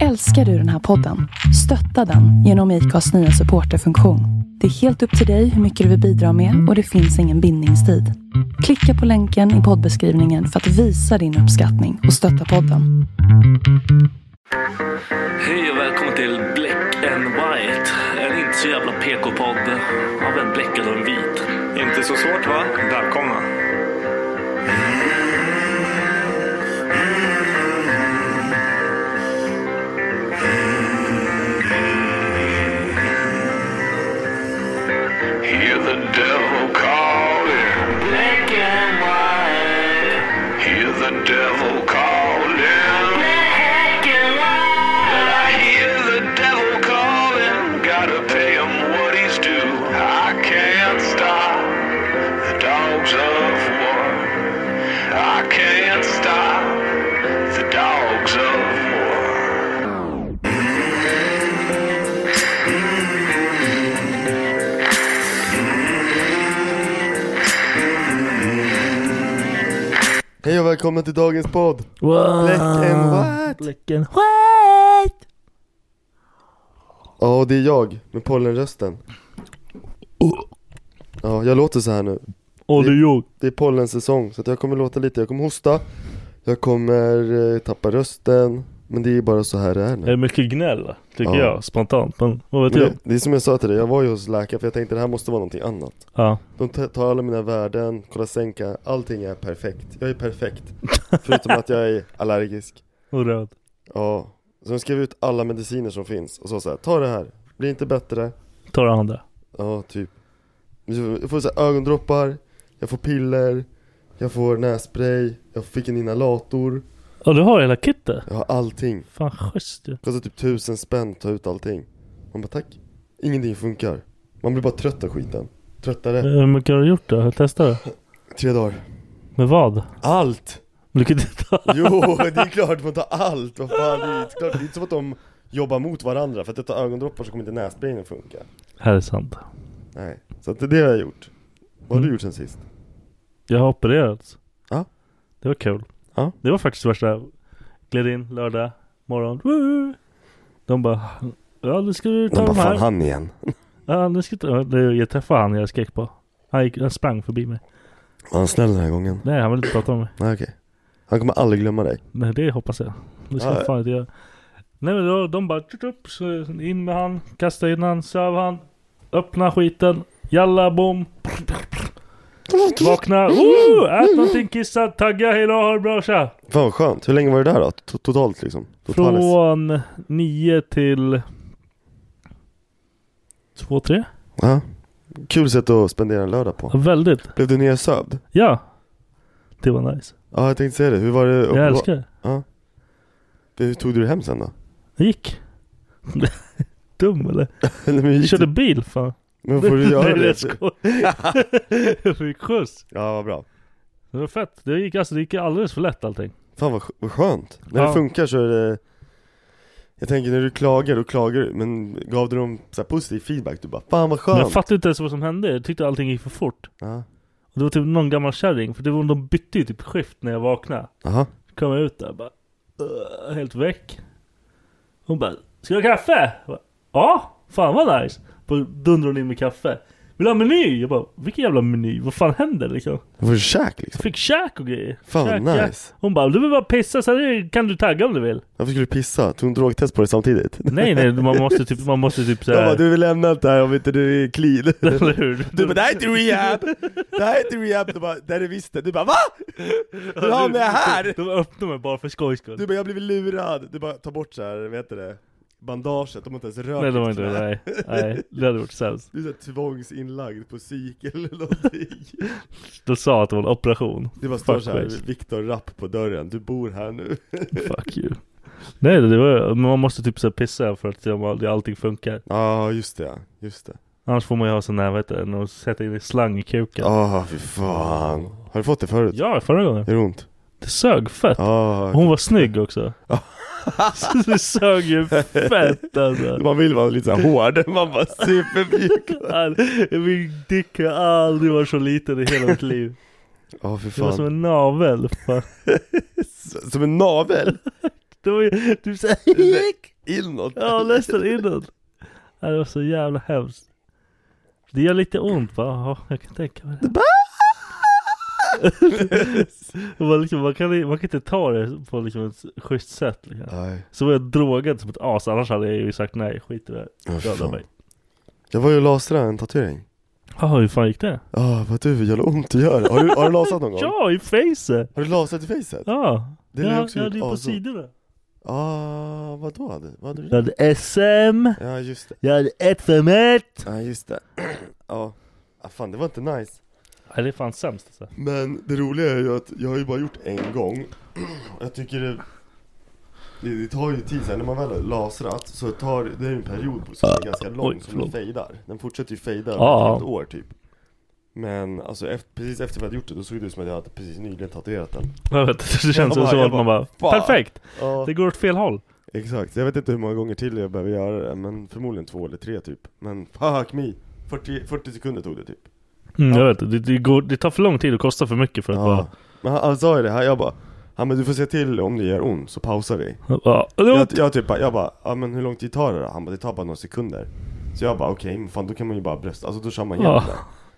Älskar du den här podden? Stötta den genom IKAs nya supporterfunktion. Det är helt upp till dig hur mycket du vill bidra med och det finns ingen bindningstid. Klicka på länken i poddbeskrivningen för att visa din uppskattning och stötta podden. Hej och välkommen till Black and White. En inte så jävla PK-podd av en bläckad och en vit. Inte så svårt va? Välkomna. Hear the devil calling. Black and white. Hear the devil calling. Black and white. I hear the devil calling. Gotta pay him what he's due. I can't stop the dogs of war. I can't stop the dogs of war. Hej och välkomna till dagens podd! Black and white! Black and White. Ja, det är jag med pollenrösten. Ja, jag låter så här nu. Och det är jag. Det är pollensäsong, så att jag kommer låta lite. Jag kommer hosta, jag kommer eh, tappa rösten, men det är bara så här det är Det nu. är mycket gnäll, tycker Ja. jag, spontant. Men vad vet Men jag? det, det är som jag sa till dig, jag var ju hos läkaren för jag tänkte det här måste vara någonting annat. Ja. De ta- tar alla mina värden, kollar sänka, allting är perfekt. Jag är perfekt. Förutom att jag är allergisk. Och röd. Ja, så de skrev ut alla mediciner som finns och sa så här, ta det här, blir inte bättre. Tar det andra. Ja, typ. Jag får så här, ögondroppar, jag får piller, jag får nässpray, jag fick en inhalator. Ja, du har hela kittet. Jag har allting. Fan, schysst ju. Kostar typ tusen spänn att ta ut allting. Man bara tack. Ingenting funkar. Man blir bara trött av skiten. Tröttare. Eh, Hur mycket har du gjort då? Testa det. Tre dagar. Med vad? Allt! Du kan inte ta... Jo, det är klart man tar allt. Vad fan, det är klart. Det är inte som att de jobbar mot varandra. För att jag tar ögondroppar så kommer inte nässprayen att funka. Här är sant. Nej. Så att det är det jag har gjort. Vad har du gjort sen sist? Jag har opererats. Ja. Det var kul. Ja. Det var faktiskt värsta. Gled in lördag morgon. Woo! De bara. Ja nu ska du ta de här. han igen. Ja nu ska du ta. Det- Jag träffade han jag skrek på. Han, gick, han sprang förbi mig. Var han snäll den här gången? Nej han ville inte prata med mig. Nej okej Han kommer aldrig glömma dig Nej det hoppas jag. Det ska Ja. jag fan inte göra. Nej men då de bara. tut, upp, så In med han. Kasta in han. Söv han. Öppna skiten. Jalla bom. Vakna. Woo! Ät någonting. Kissa. Tagga. Hejdå. Ha det bra. Tja. Fan vad skönt, hur länge var du där då? To- Totalt liksom? Totalis? Från 9 till 2, 3? Ja Kul sätt att spendera en lördag på Väldigt. Blev du nedsövd? Ja. Det var nice. Ja jag tänkte säga det, hur var det? Jag älskar det. Hur tog du dig hem sen då? Jag gick. Dum eller? Nej, men, Jag gick körde du- bil fan. men får du göra Nej, det? jag skojar. Jag fick skjuts. Ja vad bra Det var fett. Det gick, alltså, det gick alldeles för lätt allting. Fan vad, sk- vad skönt När Ja. det funkar så är det Jag tänker när du klagar, då klagar du Men gav du dem så här positiv feedback? Du bara fan vad Men skönt jag fattade inte ens vad som hände. Jag tyckte allting gick för fort. Ja, Och det var typ någon gammal kärring. För det var, de bytte ju typ skift när jag vaknade. aha kom jag ut där bara "Ugh", Helt väck Hon bara Ska du ha kaffe? Jag bara, Ja, fan vad nice Bara Dundrar hon in med kaffe Vill du ha meny? Jag bara Vilken jävla meny? Vad fan händer liksom? Vad får du käk liksom? Jag fick käk och grejer Fan, Käk, nice. ja. Hon bara Du vill bara pissa så här kan du tagga om du vill Varför skulle du pissa? Tog en drogtest på dig samtidigt? Nej nej man måste typ Man måste typ Jag bara, såhär du vill lämna allt det här om inte du är clean Eller hur? Du bara det här är inte rehab, det här är inte rehab, du bara det här är visst det, du bara va? Hur hamnade jag här? De öppnar mig bara för skojs skull Du bara jag har blivit lurad, du bara ta bort så här, vad heter det? Bandaget, de har inte ens rört Nej det var efter inte det, nej, nej Det hade varit sämst Du är såhär tvångsinlagd på psyk eller någonting De sa att det var en operation Du bara står Fuck såhär, waste. Viktor Rapp på dörren, du bor här nu Fuck you Nej det var men Man måste typ så här pissa för att det- allting funkar Ja just det, just det Annars får man ju ha sån här, vad heter det, och sätta in en slang i kuken. Ah fy fan Har du fått det förut? Ja, förra gången. Gör det ont? Det sög fett. Ah. Hon var snygg också. Så det sög ju fett alltså. Man vill vara lite såhär hård, man bara supermjuk All- Min dick har aldrig varit så liten i hela mitt liv. Ja fy Det var fan som en navel. Fan. Som en navel? Det var ju typ såhär Inåt. Ja nästan inåt. Ja, Det var så jävla hemskt. Det gör lite ont bara. Ja, jag kan tänka mig det. man, liksom, man, kan, man kan inte ta det på liksom ett schysst sätt. Liksom. Nej. Så var jag drogad som ett as. Annars hade jag ju sagt nej. Skit i det här. Ja, Döda fan. mig. Jag var ju och lasrade en tatuering. Jaha, hur fan gick det? Ah, vad du, jävla ont det gör. Har du, har du lasat någon gång? Ja, i facet! Har du lasat i facet? Ja. Det Det har jag ja, också ja, gjort. det är Ja, på så. sidorna. Ah, vad då? Vad hade du Jag hade SM, Ja, just det. jag hade ett fem ett. Ja, just det. Ja. Ah, fan, det var inte nice. Nej, det är fan sämst alltså. Men det roliga är ju att jag har ju bara gjort en gång Jag tycker det Det, det tar ju tid sen när man väl har lasrat så tar det är ju en period på- som är ganska lång Oj, som den förlåt. fejdar Den fortsätter ju fejda Ja. över ett helt år typ Men alltså efter, precis efter vi hade gjort det då såg det ut som att jag hade precis nyligen tatuerat den Jag vet, inte, det känns Jag bara- så jag att man bara, bara, fan. perfekt! Ja Det går åt fel håll. exakt, jag vet inte hur många gånger till jag behöver göra det men förmodligen två eller tre typ Men fuck me! 40, 40 sekunder tog det typ Mm, jag vet, det, det, går, det tar för lång tid och kostar för mycket för att Ja. bara... Men han, han sa ju det här, jag bara Ja men du får se till om det gör ont så pausa dig Ja, det är Jag, ont. jag typ bara, jag bara, ja men hur lång tid tar det då? Han bara, det tar bara några sekunder Så jag bara, okej, men fan då kan man ju bara brösta, alltså då kör man igen Ja.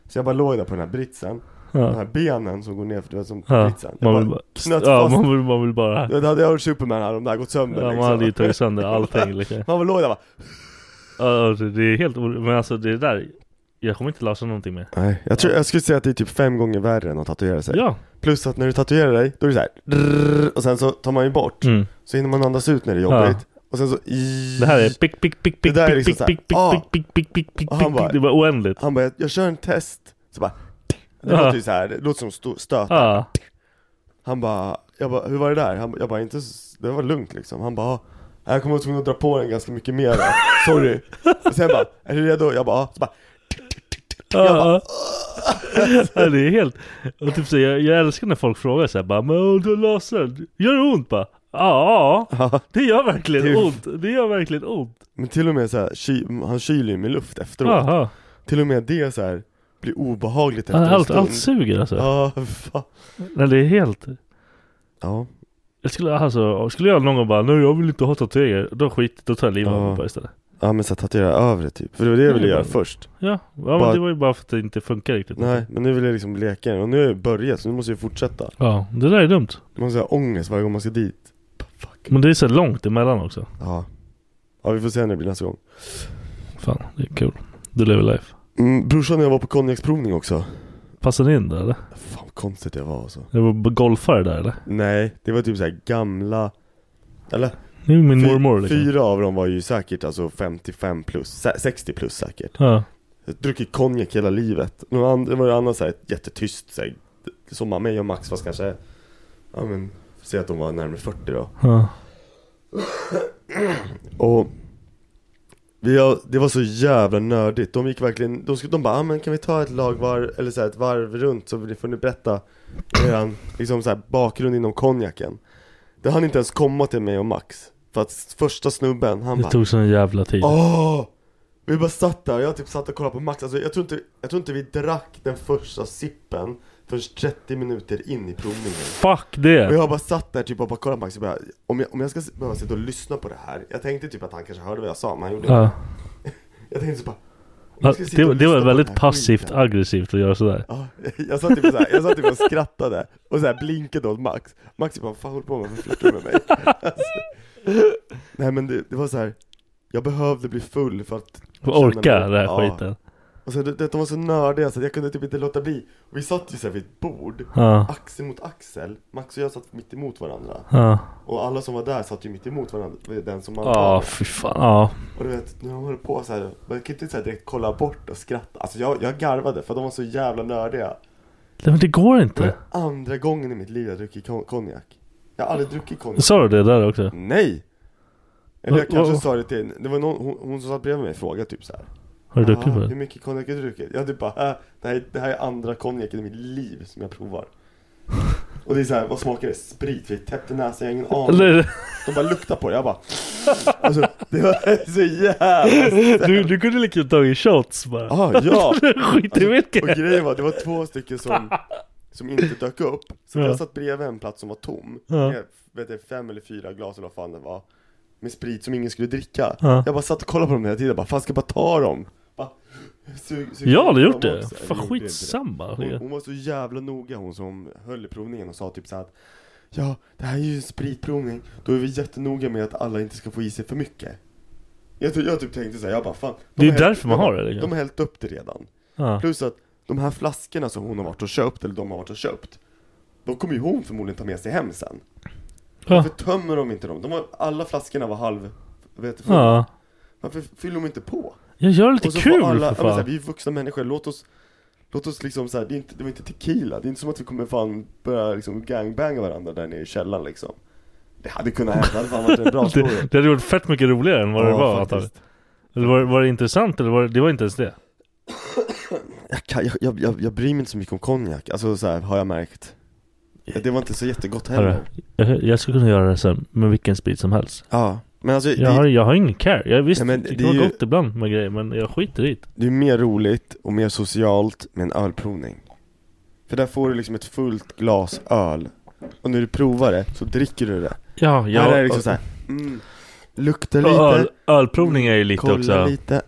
det Så jag bara låg där på den här britsen, de här benen som går ner för det var som Ja, britsen Jag man vill bara... knöt Ja, fast man vill, man vill bara... Det hade jag varit Superman här, de där gått sönder Ja, liksom. man hade ju tagit sönder allting liksom. Man bara låg där bara, Ja, alltså, det det är helt or- Men alltså det där, jag kommer inte lösa någonting mer. nej jag, tror, jag skulle säga att det är typ fem gånger värre än att tatuera sig Ja! Plus att när du tatuerar dig, då är det så här, drrrr, och sen så tar man ju bort Mm. Så hinner man andas ut när det är jobbigt Och sen så Det här är pick, pick, pick, Det pick, där är pick, liksom pick, så här, pick, pick, ah. pick, pick, pick, pick, pick, Och han pick, bara- pick. Det var oändligt. Han bara, jag- jag kör en test Så bara, det Ja. låter ju så här, det låter som stå- stöt Ja. Han bara, jag bara, hur var det där? Han, bara- jag bara, inte, s- det var lugnt liksom Han bara, "Ja, jag kommer vara tvungen att dra på den ganska mycket mer Sorry Och sen bara, är du redo? Jag bara, "Ja." så bara Ja. ja, det är helt... Och typ så, jag, jag älskar när folk frågar såhär bara Men åh, du har lasern, gör det ont bara? Ja, Ja. det gör verkligen Det är- ont. Det gör verkligen ont. Men till och med så här, ky, han kyler ju med luft efteråt Aha. Till och med det så här, blir obehagligt efter Allt, en allt stund suger alltså. Ja, fan Nej, det är helt... Ja, Jag skulle, alltså, skulle jag någon gång bara nej jag vill inte ha tatueringar, då skit, då tar jag livet av Ja. mig bara istället. ja men så här, tatuera över det typ För det var det jag ville Mm. göra först Ja, ja Bara- men det var ju bara för att det inte funkar riktigt. Nej, men nu vill jag liksom leka igen. och nu har jag börjat så nu måste jag fortsätta Ja, det där är dumt. Man måste ha ångest varje gång man ska dit Fuck Men det är så här långt emellan också. Ja Ja vi får se när det blir nästa gång Fan, det är kul. Du lever life. Mm, brorsan och jag var på konjaksprovning också. Passade ni in där eller? Fan vad konstigt jag var alltså. Det var b- golfare där eller? Nej, det var typ så här gamla... Eller? Det är ju min Fy- mormor liksom. Fyra av dem var ju säkert alltså 55 plus, sä- 60 plus säkert. Ja. Jag druckit konjak hela livet. Någon annan, det var en annan så här jättetyst så här, som man- mig och Max fast kanske, ja men, säg att de var närmare 40 då. ja. Och vi har, det var så jävla nördigt. De gick verkligen, de, skulle, de bara, ah, men kan vi ta ett lagvarv, eller så här, ett varv runt så ni får ni berätta eran liksom så här, bakgrund inom konjaken. Det hann inte ens komma till mig och Max. För att första snubben, han Det bara, tog sån jävla tid. åh! Vi bara satt där och jag typ satt och kollade på Max. Alltså, jag, tror inte, jag tror inte vi drack den första sippen förrän 30 minuter in i provningen. Fuck Och det! jag bara satt där typ och bara kollade på Max och bara, om jag, om jag ska s- behöva sitta och lyssna på det här Jag tänkte typ att han kanske hörde vad jag sa, men han gjorde inte Ja. Jag tänkte så bara om jag Ja, ska sitta Det, och det lyssna var på väldigt den här skiten. passivt aggressivt att göra sådär. Ja, jag satt typ såhär, jag satt typ och skrattade och såhär blinkade åt Max Max typ bara, fan håller du på med, varför flörtar du med mig? Alltså, nej men det, det var så här. jag behövde bli full för att Orka känna mig- den här Ja. skiten. Och så, det, det, de var så nördiga så att jag kunde typ inte låta bli Och vi satt ju såhär vid ett bord, Ja. axel mot axel Max och jag satt mitt emot varandra Ja. Och alla som var där satt ju mitt emot varandra, Det är den som man Ja, fy fan. Ja. Och du vet, när de höll på så här, man kan inte så här direkt kolla bort och skratta. Alltså jag, jag garvade för de var så jävla nördiga. Nej men det går Det var inte. andra gången i mitt liv jag druckit kon- konjak. Jag har aldrig druckit konjak. Sa du det där också? Nej! Eller jag Vad- kanske vad- sa det till, det var någon, hon, hon som satt bredvid mig frågade typ så här. Har du "Ah, druckit på Hur det? mycket konjak har du druckit? Jag typ bara, äh, det här, är- det här är andra konjaken i mitt liv som jag provar. Och det är så här, vad smakar det? Sprit? Vi täppte näsan, jag har ingen aning. Eller, De bara luktar på det, jag bara Alltså det var så jävla du, du kunde lika gärna tagit shots bara. ah, ja! Skit i Och vilket. grejen var, det var två stycken som som inte dök upp. Så Ja. jag satt bredvid en plats som var tom. Ja. Med vet jag, fem eller fyra glas eller vad fan det var. Med sprit som ingen skulle dricka. Ja. Jag bara satt och kollade på dem hela tiden. Bara, fan ska jag bara ta dem? Bara, sug- sug- Jag har aldrig dem gjort också. det. Eller Fan gjorde inte det. skitsamma. Hon, hon var så jävla noga hon som höll i provningen och sa typ så här att Ja, det här är ju en spritprovning. Då är vi jättenoga med att alla inte ska få i sig för mycket. Jag, ty- jag typ tänkte så här, jag bara fan. de Det har är hällt- därför man har det, liksom. De har hällt upp det redan. Ja. Plus att de här flaskorna som hon har varit och köpt, eller de har varit och köpt. De kommer ju hon förmodligen ta med sig hem sen. Ja. Varför tömmer de inte dem? De var, alla flaskorna var halv, vet du, ja. Varför fyller de inte på? Jag gör lite Och så kul får alla, för ja, men så här, fan. vi är vuxna människor, låt oss Låt oss liksom såhär, det, är inte- det var inte tequila, det är inte som att vi kommer fan börja liksom gangbanga varandra där nere i källaren liksom Det hade kunnat hända, det hade fan varit en bra story Det, det hade varit fett mycket roligare än vad det alltså. Ja, var antagligen. faktiskt. Eller var, var det intressant eller var det, det var inte ens det? jag, kan, jag, jag, jag, jag bryr mig inte så mycket om konjak, alltså såhär har jag märkt Det var inte så jättegott heller Hörru, jag, jag skulle kunna göra det sen med vilken sprit som helst. Ja, men alltså Jag det, har, jag har ingen care. Jag visst, Ja, men det, det kan är vara ju- gott ibland med grejer men jag skiter i det. det är mer roligt och mer socialt med en ölprovning För där får du liksom ett fullt glas öl Och när du provar det så dricker du det Ja, jag... Här är det liksom såhär, mm, luktar lite, öl, ölprovning är ju lite kollar också. lite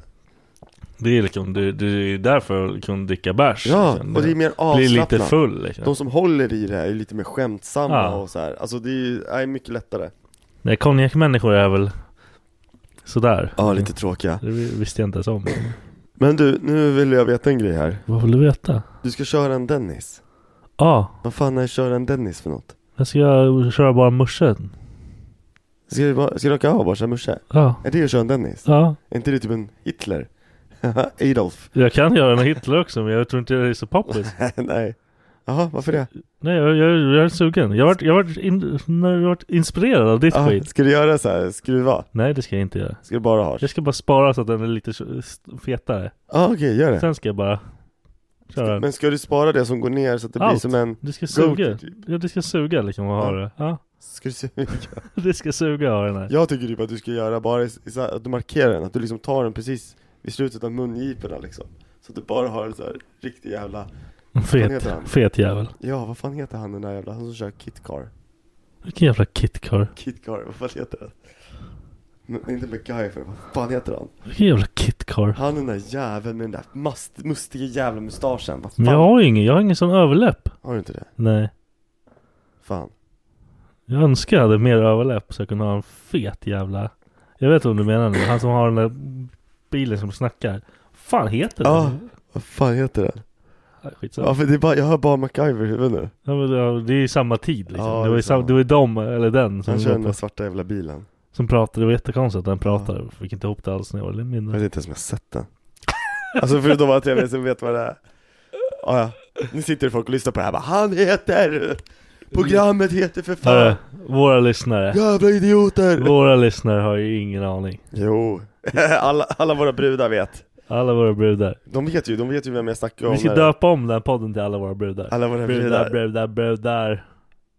Det är liksom, det, det är därför jag kan dricka bärs. Ja, liksom. och det är mer blir lite avslappnat full liksom. De som håller i det här är lite mer skämtsamma Ja. och så här. Alltså det är ju, nej, mycket lättare Nej, konjakmänniskor är väl sådär. Ja, lite tråkiga Det visste jag inte ens om. Mm. Men du, nu vill jag veta en grej här Vad vill du veta? Du ska köra en Dennis Ja, ah, Vad fan är köra en Dennis för något? jag ska köra bara morsen. Ska du, bara- ska du raka av bara så här musche? Ja, Är det att köra en Dennis? ja. Är inte det typ en Hitler? Adolf? Jag kan göra en Hitler också men jag tror inte det är så poppis. nej Jaha, varför det? Nej, jag, jag, jag är sugen. Jag har varit, jag har varit, in, jag har varit inspirerad av ditt Ah, skit. ska du göra så här, skruva? Nej, det ska jag inte göra. Ska du bara ha? Ja, Jag ska bara spara så att den är lite så- st- fetare. ah, okej, gör det Sen ska jag bara köra den. Men ska du spara det som går ner så att det blir Allt. som en Du ska go-to suga. typ? Ja, du ska suga liksom och ha Ja. det. Ja, Ska du suga? du ska suga och ha den här. Jag tycker typ att du ska göra bara i, i, så här- att du markerar den, att du liksom tar den precis vid slutet av mungiporna liksom Så att du bara har en så här riktig jävla, Vad heter han? Fet, fet jävel. ja vad fan heter han den där jävla, han som kör Kit Car? Vilken jävla kitcar. Kit Car, vad fan heter han? Men inte MacGyver, vad fan heter han? Vilken jävla kitcar. Han den där jäveln med den där mast, mustiga jävla mustaschen, vad fan? Men jag har ju ingen, jag har ingen sån överläpp. Har du inte det? Nej. Fan Jag önskar jag hade mer överläpp så jag kunde ha en fet jävla Jag vet om du menar nu, han som har den där bilen som snackar Fan heter den? Ja, vad fan heter det? Nej, Skitsamma Ja för det är bara, jag hör bara MacGyver i huvudet nu ja, men, ja, Det är ju samma tid liksom Ja, Det var det är ju sam- samma. det var ju de, eller den som, Han kör var den där på, svarta jävla bilen som pratade, det var jättekonstigt att den pratade Jag Fick inte ihop det alls när jag var lite Jag mindre vet inte ens om jag har sett den Alltså förutom att jag vet, som vet vad det är ah, ja. Nu sitter folk och lyssnar på det här bara, Han heter! Programmet heter för fan Hörru, Våra lyssnare Jävla idioter! Våra lyssnare har ju ingen aning Jo, alla, alla våra brudar vet Alla våra brudar De vet ju, de vet ju vem jag snackar om Vi ska när det- döpa om den här podden till Alla våra brudar Alla våra Brudar, brudar brudar, brudar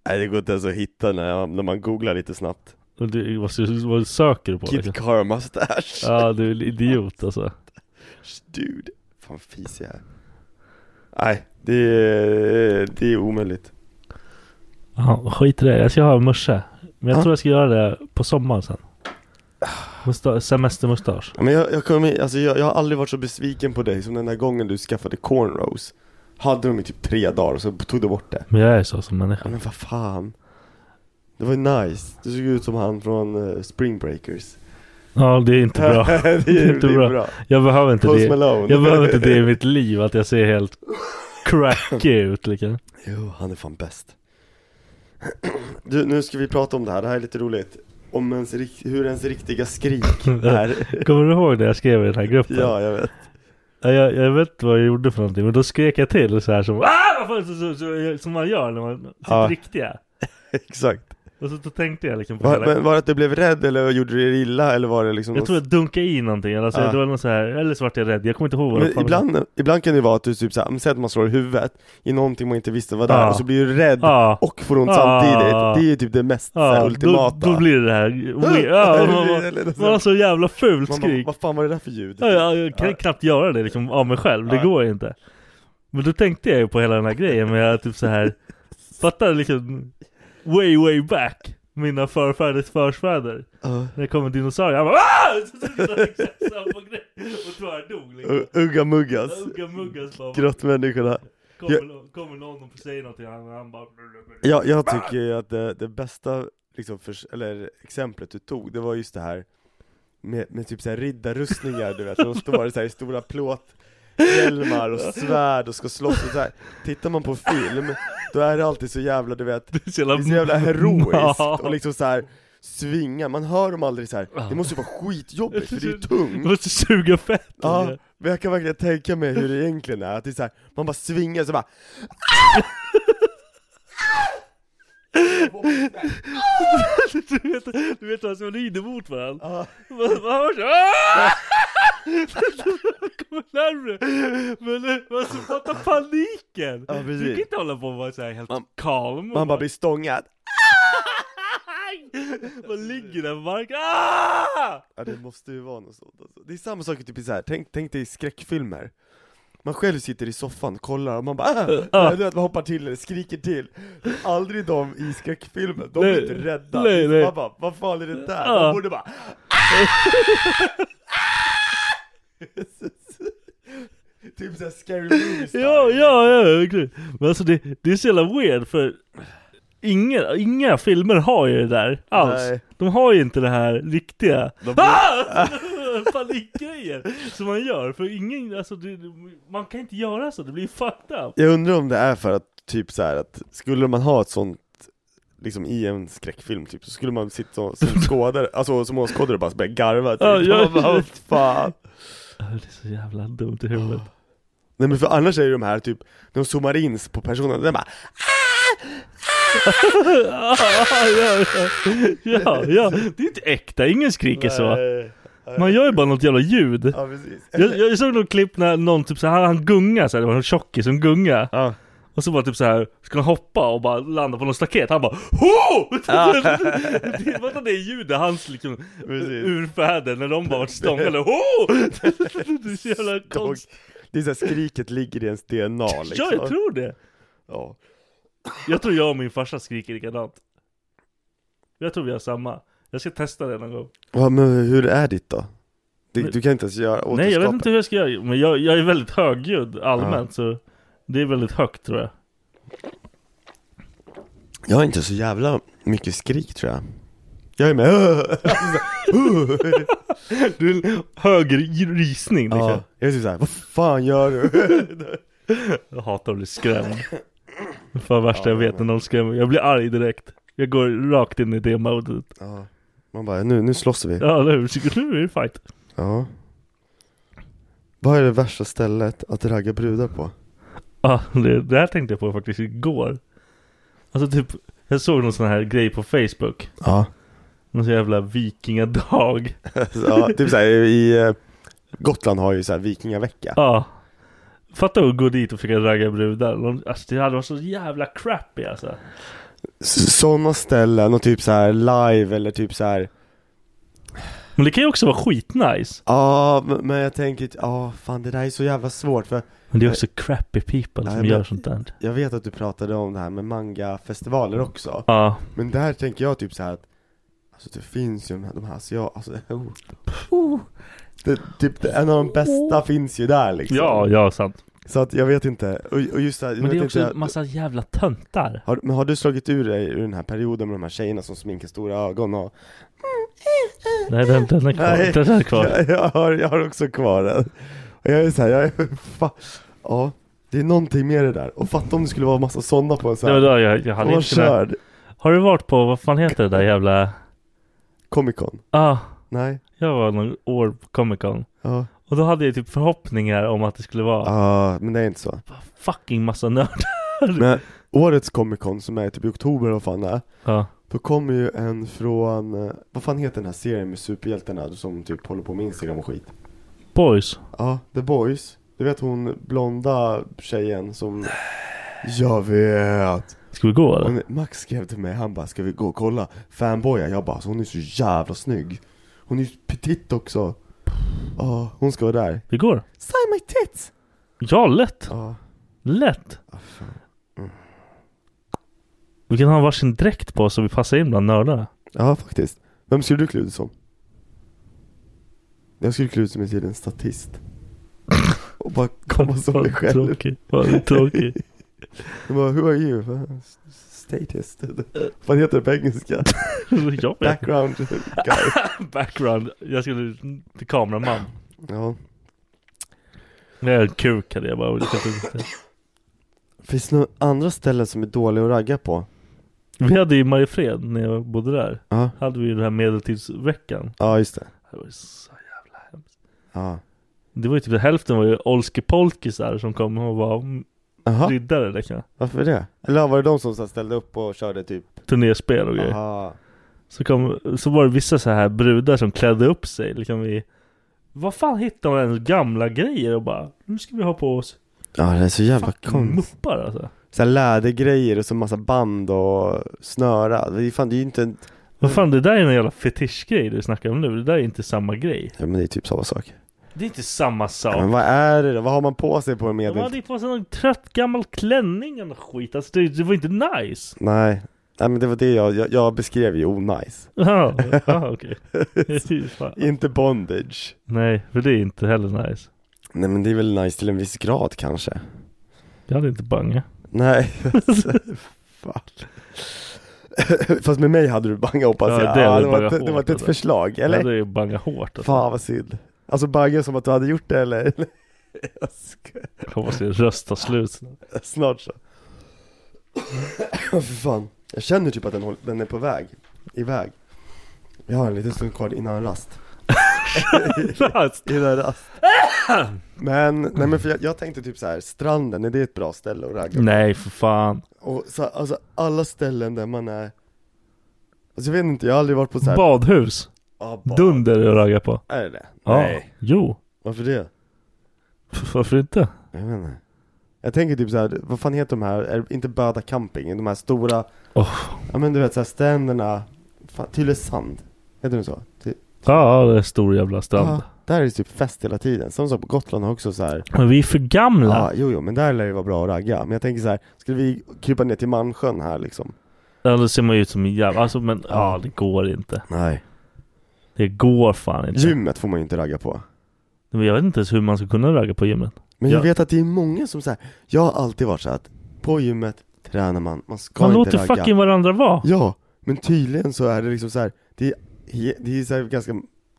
Nej det går inte ens att hitta när, jag, när man googlar lite snabbt Och du, vad, vad söker du på? liksom? Kid Car mustache Ja du är en idiot alltså Dude, fan vad fisig jag är Nej, det är, det är omöjligt Ja, skit i det. Jag ska ha en morsa. Men jag Ja. tror jag ska göra det på sommaren sen. Musta- Semestermustasch. Ja, Men jag, jag, kommer, alltså jag, jag har aldrig varit så besviken på dig som den där gången du skaffade cornrows Hade dem i typ tre dagar och så tog du bort det Men jag är så som ja, människa. Men vad fan Det var ju nice, du såg ut som han från eh, Spring Breakers Ja, det är inte bra. det, är, Det är inte det är bra. bra, Jag behöver inte Post det. Malone Jag behöver inte det i mitt liv, att jag ser helt crackig ut liksom. Jo, han är fan bäst Du, nu ska vi prata om det här, det här är lite roligt Om ens, rik- hur ens riktiga skrik är Kommer du ihåg när jag skrev i den här gruppen? Ja, jag vet Ja, Jag, jag vet inte vad jag gjorde för någonting, men då skrek jag till så här som ah! vad fan?" så, så, så, Som man gör när man, sitt Ja. riktiga. Exakt Och så då tänkte jag liksom på var, hela men var det att du blev rädd eller gjorde du det illa eller var det liksom Jag någon- tror jag dunkade i någonting, eller så, Ja. det var någon så här, eller så vart jag rädd, jag kommer inte ihåg vad det Men fan var. ibland, ibland kan det vara att du typ såhär, men säg att man slår i huvudet i någonting man inte visste var där Ja. och så blir du rädd Ja. och får ont Ja. samtidigt. Det är ju typ det mest så Ja, här, ultimata. Då, då blir det det här... we- Ja, man, man, Eller så- man har så jävla fult liksom- man bara, skrik. vad fan var det där för ljud? Ja, jag, jag kan Ja. knappt göra det liksom av mig själv, det Ja. går inte. Men då tänkte jag ju på hela den här grejen med typ så här Fattar liksom Way way back Mina förfäders förfäder Ja. När det kom en dinosaurie, han bara "Ah!" Så tyckte han exakt samma grej Och tvärdog liksom U- Ugga muggas. Ugga muggas bara Grottmänniskorna. Kommer någon, kommer någon och säger någonting han, han bara Ja, jag tycker ju att det, det bästa liksom för, eller, exemplet du tog, det var just det här med, med typ så här riddarrustningar, du vet, de står så här i stora plåthjälmar och svärd och ska slåss och så här. Tittar man på film, då är det alltid så jävla, du vet, Det är så det är så jävla heroiskt Ja. och liksom så här svinga, man hör dem aldrig så här. det måste ju vara skitjobbigt för det är ju Du tungt. måste suga fett Ja, men jag kan verkligen tänka mig hur det egentligen är, att det är så här, man bara svingar så bara Du vet, du vet alltså, man rider mot varandra ah. Man, man hör så "Ah!" Man kommer närmre Men eh, man så fattar paniken! Ja, precis. du kan inte hålla på och vara så här helt Man- calm Man bara blir stångad. Man ligger där på marken, ah! Ja det måste ju vara något sånt alltså. Det är samma sak typ i så här. Tänk, tänk dig i skräckfilmer Man själv sitter i soffan och kollar och man bara äh! Ja. Du vet, man hoppar till eller skriker till Det är Aldrig de i skräckfilmer, de Nej. är inte rädda Nej, nej. Ah. Man bara, vad fan är det där? Ja. Man borde bara "Ah!" Typ såhär scary movie style. Ja, ja, ja, verkligen. Men alltså det, det är så jävla weird för inga, inga filmer har ju det där alls. Nej. De har ju inte det här riktiga De blir- ah! panikgrejen som man gör. För ingen, alltså det, man kan inte göra så, det blir fucked up. Jag undrar om det är för att typ så här att skulle man ha ett sånt Liksom i en skräckfilm typ, så skulle man sitta som, som skådare, alltså som åskådare och bara börja garva typ. Ja, ja. Man bara, "Vad fan. Ah, Det är så jävla dumt i huvudet. Nej men för annars är ju de här typ, de zoomar in på personen, den bara Ah, ja, ja. ja, ja, det är inte äkta, ingen skriker så. "Nej." Man gör ju bara något jävla ljud. "Äh." Ja precis Jag, jag såg något klipp när någon typ så här, han gunga så här, det var en tjockis som gunga Ja. Och så bara typ så här ska han hoppa och bara landa på någon staket, han bara HO! Det var det ljudet hans liksom Precis. urfäder när de bara vart stångade, HO! Det är så jävla Dog. konstigt Det är såhär skriket ligger i ens DNA liksom Ja jag tror det! ja. Jag tror jag och min farsa skriker likadant Jag tror vi har samma Jag ska testa det någon gång ja men hur är ditt då? Du, Men- du kan inte ens göra Nej jag vet återskapa. inte hur jag ska göra, men jag, jag är väldigt högljudd allmänt så Det är väldigt högt tror jag Jag har inte så jävla mycket skrik tror jag Jag är med Alltså, Du är en höger rysning liksom. Ja, jag är typ såhär, vad fan gör du? Jag hatar att bli skrämd. Det är fan värsta jag vet när någon skrämmer Jag blir arg direkt. Jag går rakt in i det modet. Ja. Man bara, nu, nu slåss vi. Ja, eller hur? Nu är det fight. Ja. Vad är det värsta stället att ragga brudar på? Ja, det, det här tänkte jag på faktiskt igår. Alltså typ, jag såg någon sån här grej på Facebook. Ja. Någon sån jävla vikingadag. ja typ såhär, i eh, Gotland har ju såhär vikingavecka. Ja. Fatta att gå dit och försöka ragga brudar. De- Alltså det hade varit så jävla crappy alltså. Sådana ställen och typ så här live eller typ så här. Men det kan ju också vara skitnice. ja men- men jag tänker, ja fan det där är så jävla svårt för Men det är också crappy people Nej, som men- gör sånt där. jag vet att du pratade om det här med mangafestivaler också. Ja. Men där tänker jag typ så här att Alltså det finns ju de här, de här asiat, alltså, oh. Oh. Det, typ, det, en av de bästa finns ju där liksom Ja, ja, sant. Så att jag vet inte, och, och just det här, jag Men det vet är också inte, en massa jävla töntar. har, men har du slagit ur dig ur den här perioden med de här tjejerna som sminkar stora ögon och Nej, den, den är kvar. Nej. Den är kvar. jag, jag, har, jag har också kvar den Och jag är såhär, jag är fan, ja Det är någonting med det där, och fatta om det skulle vara massa sådana på en Det var sån då jag, jag hade här, och inte kunnat. körd Har du varit på, vad fan heter det där jävla... Ja, Comic Con, ah, nej, jag var några år på Comic Con. ja, Och då hade jag typ förhoppningar om att det skulle vara ja men det är inte så fucking massa nördar. Men årets Comic Con som är typ i oktober, vad fan det är Ja, Då kommer ju en från, eh, vad fan heter den här serien med superhjältarna som typ håller på med Instagram och skit? boys. Ja, The Boys. Du vet hon blonda tjejen som... Jag vet! Ska vi gå eller? Hon, Max skrev till mig, han bara 'Ska vi gå och kolla?' Fanboya, jag bara alltså, 'Hon är så jävla snygg' Hon är ju petit också! Ja, hon ska vara där. Vi går. Sign my tits! Ja, lätt. Ja, Lätt. Ah, Vi kan ha varsin dräkt på oss så vi passar in bland nördarna. Ja, faktiskt. Vem skulle du klä ut som? Jag skulle klä ut som en tydligen statist. Och bara komma som mig Vad själv. tråkig. Vad tråkig. Jag bara, who are you? Statist. Vad heter det på engelska? Jag vet. Background guy. Background. Jag skulle till kameraman. Ja. Jag är en kuk hade jag bara velat kasta ut det. Finns det några andra ställen som är dåliga att ragga på? Vi hade ju Mariefred när jag bodde där. Ja. Hade vi ju den här medeltidsveckan. Ja, just det. Det var ju så jävla hemskt. Ja. Det var ju typ hälften var ju Olske Polkisar som kom och var liksom. m- Jaha, riddare där kan varför det? Eller var det de som så här ställde upp och körde typ? Turnéspel och grejer. Aha. Så, kom, så var det vissa så här brudar som klädde upp sig liksom i Vad fan hittar man ens gamla grejer och bara Nu ska vi ha på oss Ja, det är så jävla fucking konstigt. muppar alltså Så här lädergrejer och så massa band och snöra. Det är fan, det är ju inte en... Vad fan det där är en jävla fetischgrej du snackar om nu Det där är inte samma grej Ja, men det är typ samma sak. Det är inte samma sak Men vad är det då? Vad har man på sig på en De medel? hade ju på sig någon trött gammal klänning eller skit Alltså det, det var inte nice Nej. Nej men det var det jag, jag, jag beskrev ju onajs. Ja, ja, okej Fan. Inte bondage. Nej, för det är inte heller nice Nej men det är väl nice till en viss grad kanske. Jag hade inte bangat Nej. Fan. Fast med mig hade du bangat hoppas Ja, jag. det Det, ja, hade det, var, bangat ett- det var hårt, alltså. ett eller? förslag, Jag eller? hade ju bangat hårt alltså. Fan vad synd. Alltså bagga som att du hade gjort det eller? Jag skojar. Jag Hoppas din röst tar slut snart. Snart så. För fan. Jag känner typ att den, håller, den är på väg. Iväg. Vi har en liten stund kvar innan rast. Innan rast. Men, nej men för jag, jag tänkte typ så här, stranden, är det ett bra ställe att ragga? Nej för fan Och så, alltså alla ställen där man är Alltså jag vet inte, jag har aldrig varit på så här, Badhus ah, bad. Dunder att ragga på. Är det det? Ja. Jo. Varför det? F- Varför inte? Jag vet inte Jag tänker typ så här, vad fan heter de här, är det inte Böda camping? De här stora Oh. Ja men du vet såhär stränderna, fan, Tylösand, heter det så? Ty- Ja, det är stor jävla strand. Ja, där är det typ fest hela tiden, samma sak på Gotland har också såhär Men vi är för gamla. Ja, jo jo, men där lär det vara bra att ragga, men jag tänker så här, skulle vi krypa ner till Malmsjön här liksom? Ja, då ser man ju ut som en jävla... Alltså, men ja, det går inte. Nej Det går fan inte. Gymmet får man ju inte ragga på Men jag vet inte ens hur man ska kunna ragga på gymmet. Men jag Ja. vet att det är många som såhär, jag har alltid varit så här att på gymmet tränar man, man ska Man inte låter ragga fucking varandra vara. Ja, men tydligen så är det liksom så här. Det är, det är så här ganska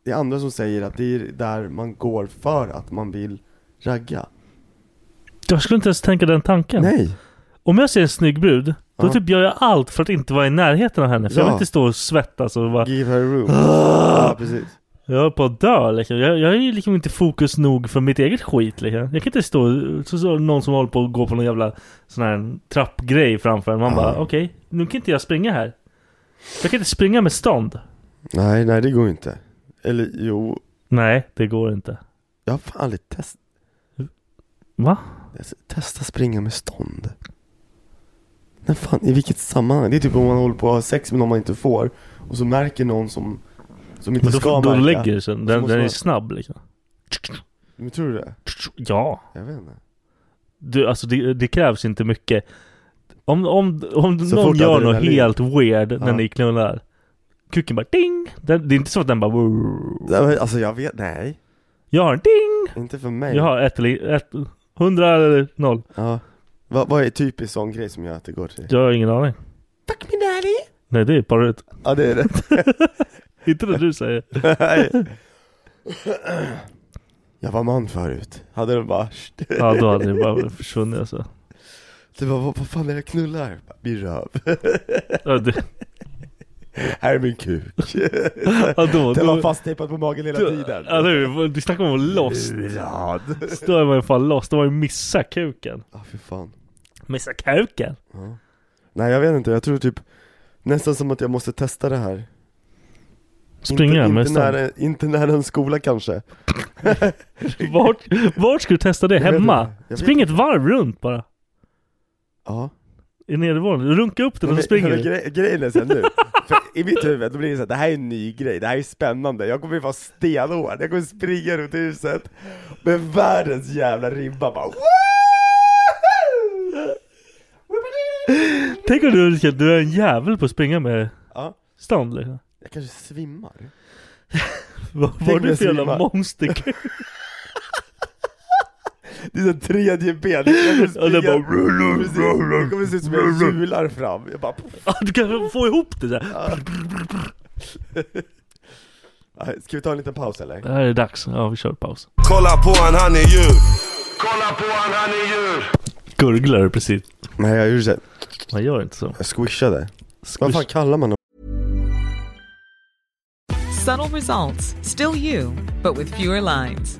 Det är andra som säger att det är där man går för att man vill ragga Jag skulle inte ens tänka den tanken. Nej! Om jag ser en snygg brud, då Ja. typ gör jag allt för att inte vara i närheten av henne. För jag vill Ja. inte stå och svettas och bara... Give her room Ja, precis Jag är på att dö liksom. jag, jag är ju liksom inte fokus nog för mitt eget skit liksom. Jag kan inte stå så, så någon som håller på att gå på någon jävla sån här trappgrej framför en. Man Ja. bara okej, nu kan inte jag springa här. Jag kan inte springa med stånd. Nej, nej det går ju inte Eller jo, Nej, det går inte. jag har fan aldrig test, Va? testat springa med stånd Men fan, i vilket sammanhang? Det är typ om man håller på att ha sex med någon man inte får Och så märker någon som, som inte Men då, ska då märka lägger det sig. Den, måste den är man- snabb liksom. Men tror du det? Ja. Jag vet inte Du, alltså det, det krävs inte mycket. Om, om, om Så någon fort gör något adrenalin. helt weird när Ja. ni knullar. Kuken bara ding! Den, det är inte så att den bara... Nej, men Alltså jag vet, nej Jag har en ding! Inte för mig Jag har ett eller ett, 100 eller noll. Ja. Vad, vad är typiskt sån grej som gör att det går till? Jag har ingen aning. Fuck me daddy! Nej det är parut. Ja det är det. Inte det du säger. Nej. jag var man förut. Hade den bara... Ja då hade det bara försvunnit alltså. Det var vad, vad fan är det jag knullar? Min röv. Ja, det, Här är min kuk. ja då. den var då fasttejpad på magen hela tiden. ja, du, du snackar om att vara lost. Ja, det- Då är man ju fan lost. Då har man ju missat kuken. Ja, fy fan. Missat kuken? Nej jag vet inte, jag tror typ nästan som att jag måste testa det här. Springa inte, med inte, stånd. nära, inte nära en skola kanske. Vart, vart ska du testa det? Jag vet Hemma? inte. Jag vet Spring ett varv runt bara. Ja. I nedervåningen. Runka upp den och så Men- springer men du. gre- Grejen är så här nu, för i mitt huvud då blir det så här, det här är en ny grej, det här är spännande, jag kommer ju vara stenhård, jag kommer springa runt i huset med världens jävla ribba bara Woo! Tänk om du, Rickard, du är en jävel på att springa med Ja. stånd liksom. Jag kanske svimmar. Vad Tänk var om du jag för jävla svimmar. monsterkuk? Det är så här tredje ben. Jag kommer Och det springa- bara- Precis. Jag kommer se ut som jag jular fram. Jag bara... Ja, Du kan få ihop det där. Nej, Ska vi ta en liten paus eller? Det här är dags. Ja, vi kör paus. Kolla på han, han är djur. Kolla på han, han är djur! Gurglar du precis? Nej jag gjorde såhär, Man gör inte så. jag squishade. Vad fan kallar man dem? Subtle results, still you, but with fewer lines.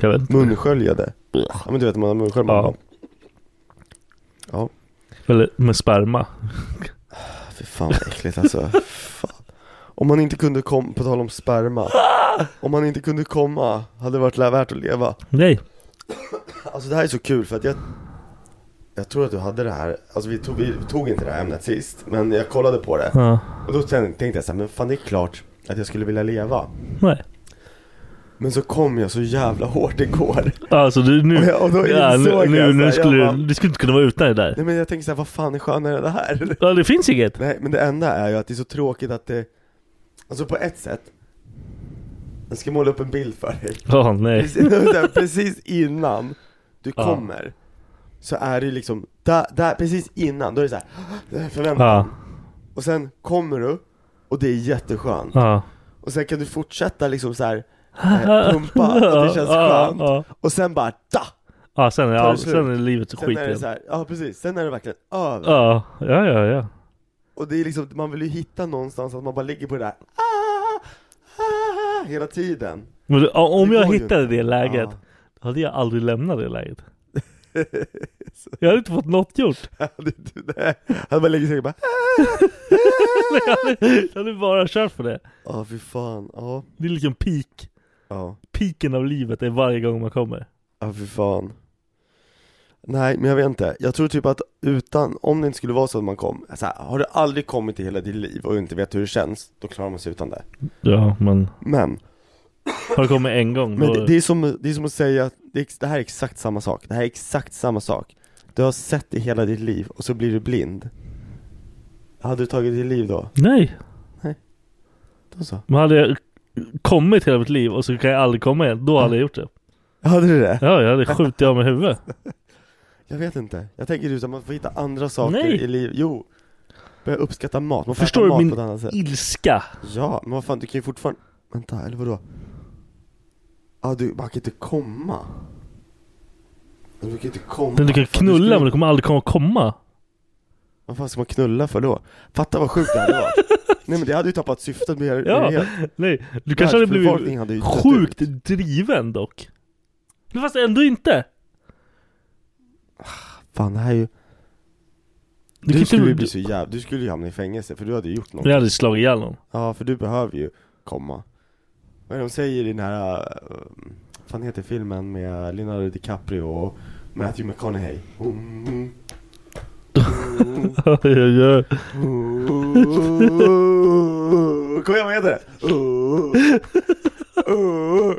Jag vet inte. Munsköljade. Ja men du vet man har munskölj man Ja. bara, Ja. Eller med sperma. "Ah, Fy fan vad äckligt alltså. fan. Om man inte kunde komma, på tal om sperma. Om man inte kunde komma, hade det varit värt att leva. Nej. Alltså det här är så kul för att jag Jag tror att du hade det här, alltså vi tog, vi tog inte det här ämnet sist Men jag kollade på det Ja. Och då sen tänkte jag så här, men fan det är klart att jag skulle vilja leva Nej. Men så kom jag så jävla hårt igår Alltså du nu. Och jag- och då insåg nu, jag så nu, här, nu jag skulle bara- du, du skulle inte kunna vara utan det där. Nej men jag tänkte så här, vad fan är skönare än det här? Ja, det finns inget. Nej men det enda är ju att det är så tråkigt att det Alltså på ett sätt Jag ska måla upp en bild för dig Ja, nej. precis, så här, precis innan du Ja. kommer Så är det ju liksom, där, där, precis innan, då är det så här, det här är förväntan Ja. Och sen kommer du och det är jätteskönt. Ja. Och sen kan du fortsätta liksom så här eh, pumpa och det känns Ja, skönt. ja. Och sen bara da! Ja, sen är, Tar all, det slut. sen är livet skit Sen är det igen. så här, ja precis, sen är det verkligen över. Ja, ja, ja, ja. Och det är liksom, man vill ju hitta någonstans att man bara ligger på det där ah, ah, hela tiden. Men du, ja, om Det jag går ju hittade det läget, Ja. hade jag aldrig lämnat det läget. Jag hade inte fått något gjort. det, det, det. Han bara lägger sig och bara, "Ah, Jag hade, jag hade bara kört för det. ja ah, fy fan, ja. Det är liksom peak. Ja, Piken av livet är varje gång man kommer. ah, fy fan. Nej men jag vet inte, jag tror typ att utan, om det inte skulle vara så att man kom, så här, har du aldrig kommit i hela ditt liv och inte vet hur det känns, då klarar man sig utan det. Ja, men Men, har det kommit en gång men då... det, det, är som, det är som att säga att det, är ex- det här är exakt samma sak, det här är exakt samma sak Du har sett i hela ditt liv och så blir du blind Hade du tagit ditt liv då? Nej! Då så Men hade jag kommit hela mitt liv och så kan jag aldrig komma igen, då hade jag gjort det. Hade du det? Ja, jag hade skjutit av mig huvudet. Jag vet inte, jag tänker ut att man får hitta andra saker Nej. i livet, jo Börja uppskatta mat, man får Förstår äta du mat min- på ett annat sätt Ilska! Ja, men vad fan du kan ju fortfarande, vänta, eller vadå? Ja du, man kan inte komma Du kan inte komma Men du Fan, kan skulle- knulla men du kommer aldrig komma- komma. Vad fan ska man knulla för då? Fatta vad sjukt det hade varit. Nej men det hade ju tappat syftet med med Ja. det helt. Nej, du kanske hade blivit Världsbefolkningen hade ju dött sjukt ut. driven dock. Men fast ändå inte. Fan det här är ju... Du, Du, kan skulle ju inte... bli så jävla... Du skulle ju hamna i fängelse för du hade ju gjort något. Jag hade slagit ihjäl någon. Ja för du behöver ju komma. Vad är det de säger i den här... eh, Vad fan heter filmen med Leonardo DiCaprio och Matthew McConaughey? Mm. Ja, ja, ja. Ooh. Kom igen, vad heter det? Ooh. Ooh.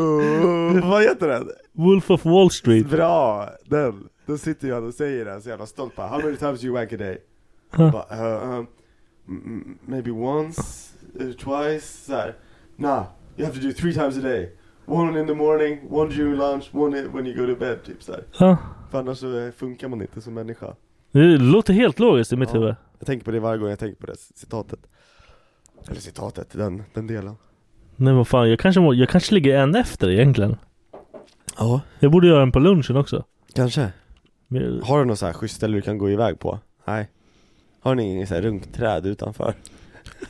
Ooh. Vad heter den? Wolf of Wall Street. Bra, den. Då sitter jag och säger den så jävla stolt bara, How many times you wank a day? Jag Bara, "Uh, um, mm, maybe once, uh, twice, såhär. Nah, you have to do three times a day. One in the morning, one during lunch, one when you go to bed, typ såhär. Ja. För annars så eh, funkar man inte som människa. Det låter helt logiskt i mitt Ja. huvud. Jag tänker på det varje gång jag tänker på det citatet. Eller citatet, den, den delen. Nej vad fan, jag kanske, må, jag kanske ligger en efter egentligen. Ja, Jag borde göra den på lunchen också. kanske. Men jag- Har du något så här schysst ställe du kan gå iväg på? Nej. Har ni ingen så här runkträd utanför?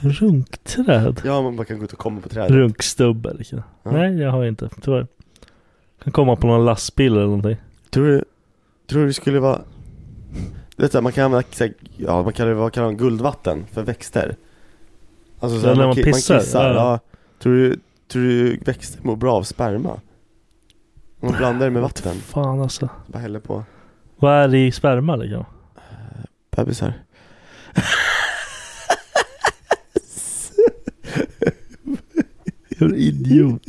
Runkträd? Ja, man bara kan gå ut och komma på trädet. Runkstubbe liksom. Ja. Nej, jag har inte. Tyvärr. Kan komma på någon lastbil eller någonting. Tror du, tror du det skulle vara... Du vet såhär, man kan använda, så här, ja man kan vad kallar man guldvatten för växter? Alltså Ja, såhär, när man, man ki- pissar, man kissar, ja. ja. Tror du, tror du växter mår bra av sperma? Om man blandar det med vatten, Fan alltså. bara häller på Vad är det i sperma liksom? bebisar Idiot.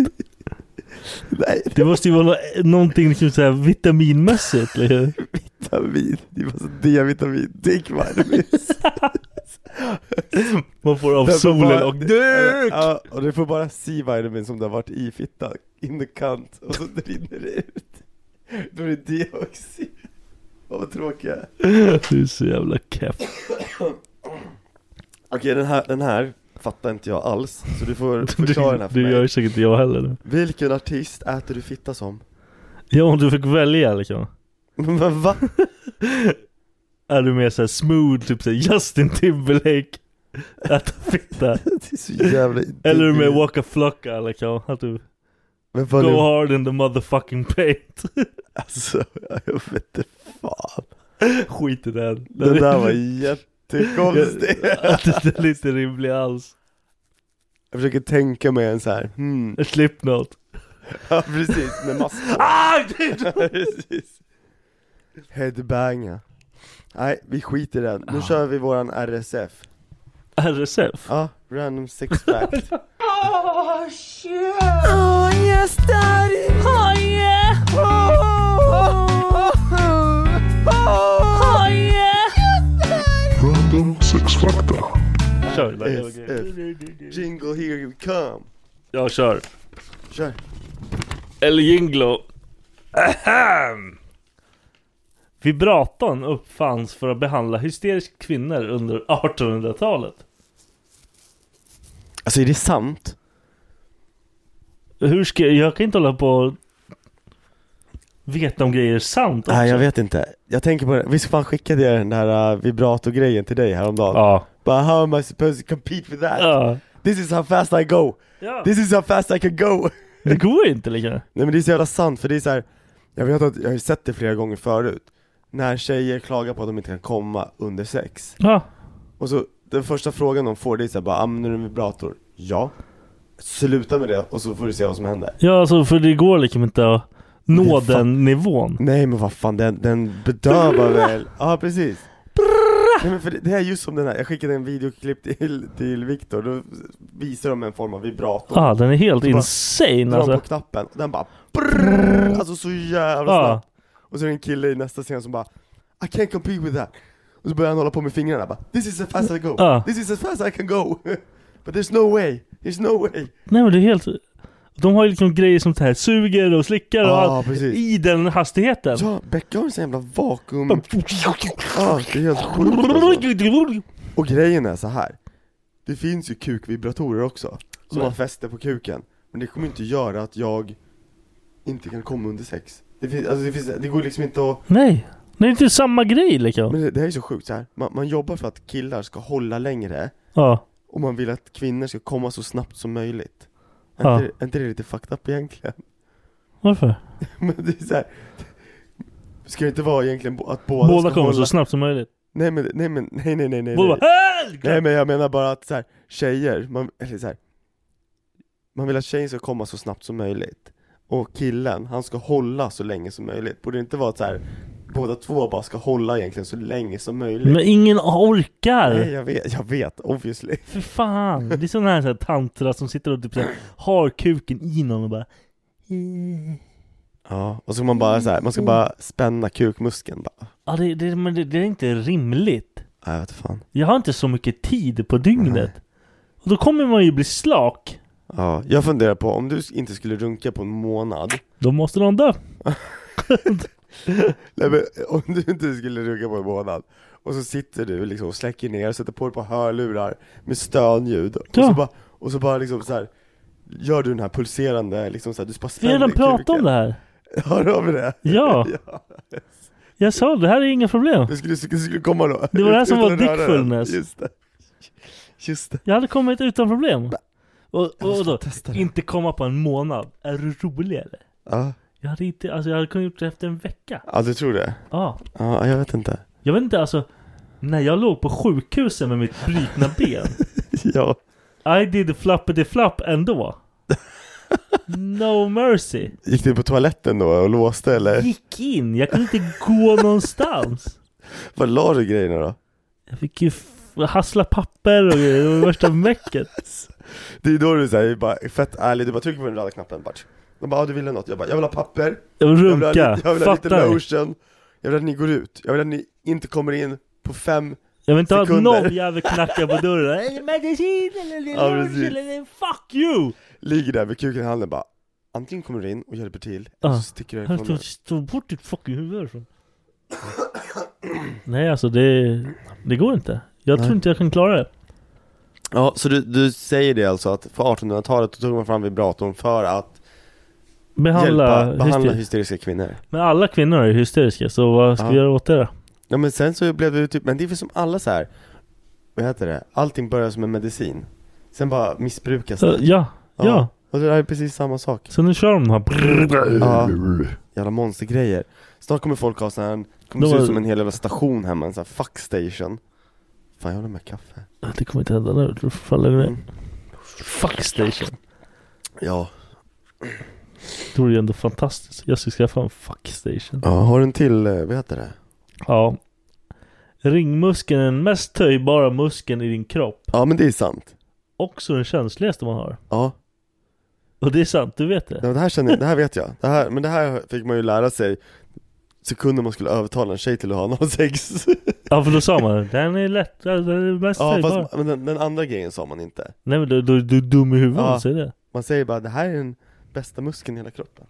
Nej, Det måste ju vara nå- någonting liksom såhär vitaminmässigt. Liksom. vitamin, det är bara D-vitamin, dick vitamin Man får av Den får solen bara- och duk! Ja, och du får bara C-vitamin som det har varit i fittan, in the cunt, och så rinner det ut. Då är det dioxin. Åh, vad tråkiga Du är så jävla keff. Okej, den här, den här fattar inte jag alls, så du får Du, förklara den här för du mig. gör ju säkert inte jag heller nu. Vilken artist äter du fitta som? Ja om du fick välja liksom. Men va? Är du mer såhär smooth, typ såhär Justin Timberlake? Äta fitta? Det är så jävla Eller är du mer Waka Flocka liksom? Att du Men vad go nu? hard in the motherfucking paint. Alltså, jag vet inte fan. Skit i den. Den där var jättekonstig. Den är inte rimlig alls. Jag försöker tänka mig en så här. hmm, Slipknot. ja precis, med mask på. Ah! Precis. Headbanga. Nej, vi skiter i den. Nu kör vi våran RSF. RSF? Ja, random sex fact. Kör. det där var SF. grej. Jingle here we come. Jag kör. Kör. El Jinglo. Ahem. Vibratorn uppfanns för att behandla hysteriska kvinnor under 1800-talet. Alltså är det sant? Hur ska jag... Jag kan inte hålla på och veta om grejer är sant också. Nej jag vet inte. Jag tänker på det, visst fan skickade jag den här uh, vibrato-grejen till dig häromdagen? Ja. But how am I supposed to compete with that? Ja. This is how fast I go! ja. This is how fast I can go! Det går ju inte liksom. Nej men det är så jävla sant för det är så här. Jag vet att jag har ju sett det flera gånger förut När tjejer klagar på att de inte kan komma under sex Ja. Och så den första frågan de får det är såhär bara använder du en vibrator? Ja Sluta med det och så får du se vad som händer Ja alltså för det går liksom inte att nå Det är fan- den nivån. Nej men vad fan den, den bedövar väl? Ja precis Nej men för det, det är just som den här, jag skickade en videoklipp till, till Viktor, då visar de en form av vibrator Ja ah, den är helt Så bara- insane Drar de alltså. på knappen och den bara brrrr, Alltså så jävla Ja. snabbt Och så är det en kille i nästa scen som bara I can't compete with that Och så börjar han hålla på med fingrarna bara This is as fast I go, Ja. this is as fast I can go But there's no way, there's no way Nej men det är helt... De har ju liksom grejer som så här suger och slickar och Ja, allt precis. i den hastigheten. Ja, Becka har en sån jävla vakuum Ja, det är helt sjukt alltså. Och grejen är så här. Det finns ju kukvibratorer också Som man fäster på kuken Men det kommer inte göra att jag inte kan komma under sex Det, finns, alltså det, finns, det går liksom inte att Nej. Det är inte samma grej liksom. Men det, det här är så sjukt så här. Man, man jobbar för att killar ska hålla längre Ja. och man vill att kvinnor ska komma så snabbt som möjligt. Är, Ja. inte, det- är inte det lite fucked up egentligen? Varför? Men det är så här. Ska det inte vara egentligen bo- att båda, Båda ska kommer hålla... så snabbt som möjligt. Nej men, nej men, nej nej nej nej Båda nej. Äh! bara "Helg!" nej men jag menar bara att så här, tjejer, man, eller så här, man vill att tjejen ska komma så snabbt som möjligt Och killen, han ska hålla så länge som möjligt Borde det inte vara att så här, båda två bara ska hålla egentligen så länge som möjligt? Men ingen orkar! Nej jag vet, jag vet, obviously För fan! Det är sådana här, så här tantra som sitter och typ så här, har kuken i någon och bara Ja, och så man bara så här, man ska bara spänna kukmuskeln bara ah, det, det, men det, det är inte rimligt. Nej jag vet fan Jag har inte så mycket tid på dygnet. Och då kommer man ju bli slak. Ja, jag funderar på om du inte skulle runka på en månad Då måste någon dö. Nej, men, om du inte skulle runka på en månad och så sitter du liksom och släcker ner, sätter på dig på hörlurar med stönljud och Ja. så bara, och så bara liksom så här Gör du den här pulserande liksom så här, du bara Vi har redan pratat om det här. Hör av det? Ja, Ja. jag sa det här är inga problem. Det skulle, det skulle komma då. Det var det här som Utan var att röra den. dickfullness. Just det. Just det. Jag hade kommit utan problem. Jag Och, måste och då, testa det. inte komma på en månad. Är du rolig eller? Ja, Jag hade inte, alltså jag hade kunnat gjort det efter en vecka. ja du tror det? Ja. Ja, jag vet inte. Jag vet inte alltså. När jag låg på sjukhuset med mitt brutna ben. Ja. I did flappity flapp ändå. No mercy. Gick du på toaletten då och låste eller? Gick in, jag kunde inte gå någonstans. Var la du grejerna då? Jag fick ju f- hassla papper och grejer, det var värsta mäcket. Det är då du säger bara fett ärlig, du bara trycker på den röda knappen bara. De bara, ah, du ville något? Jag bara, jag vill ha papper, Jag jag vill vill ha, runka, lite- jag vill ha lite fattar ni? lotion, jag vill att ni går ut, jag vill att ni inte kommer in på fem Jag vill inte ha att sekunder. någon jävel knackar på dörren. Är det medicin eller är det Ja, lunch precis. eller är det fuck you! ligger där med kuken i handen bara Antingen kommer du in och hjälper till, eller Ja. så sticker du Jag härifrån tog, tog bort ditt fucking huvud härifrån. Nej alltså det, det går inte. Jag tror Nej. inte jag kan klara det. Ja, så du, du säger det alltså att på 1800-talet då tog man fram vibratorn för att Behandla, hjälpa, behandla hyster- hysteriska kvinnor Men alla kvinnor är hysteriska så vad ska Ja. vi göra åt det då? Ja men sen så blev det ju typ, men det är väl som alla så här. vad heter det? Allting börjar som en medicin Sen bara missbrukas Så, det Eh, ja, ja. Och det där är precis samma sak Så nu kör de här Ja, jävla monstergrejer Snart kommer folk ha sån här, kommer De se ut har- som en hel jävla station hemma, en sån här fuckstation Fan jag håller med kaffe Det kommer inte hända nu, då faller det ner. Mm. Fuck station. Ja, Det vore ju ändå fantastiskt. Jag ska skaffa en fuck station. ja har du en till, eh, vad heter det? Ja. Ringmuskeln är den mest töjbara muskeln i din kropp. Ja men det är sant Också den känsligaste man har. Ja, Och det är sant, du vet det. det här känner jag, det här vet jag det här, Men det här fick man ju lära sig sekunden man skulle övertala en tjej till att ha analsex Ja för då sa man den är lätt, den är mest Ja töjbar. fast men den, den andra grejen sa man inte Nej men du, du, du är dum i huvudet, Ja. säg det. Man säger bara det här är den bästa muskeln i hela kroppen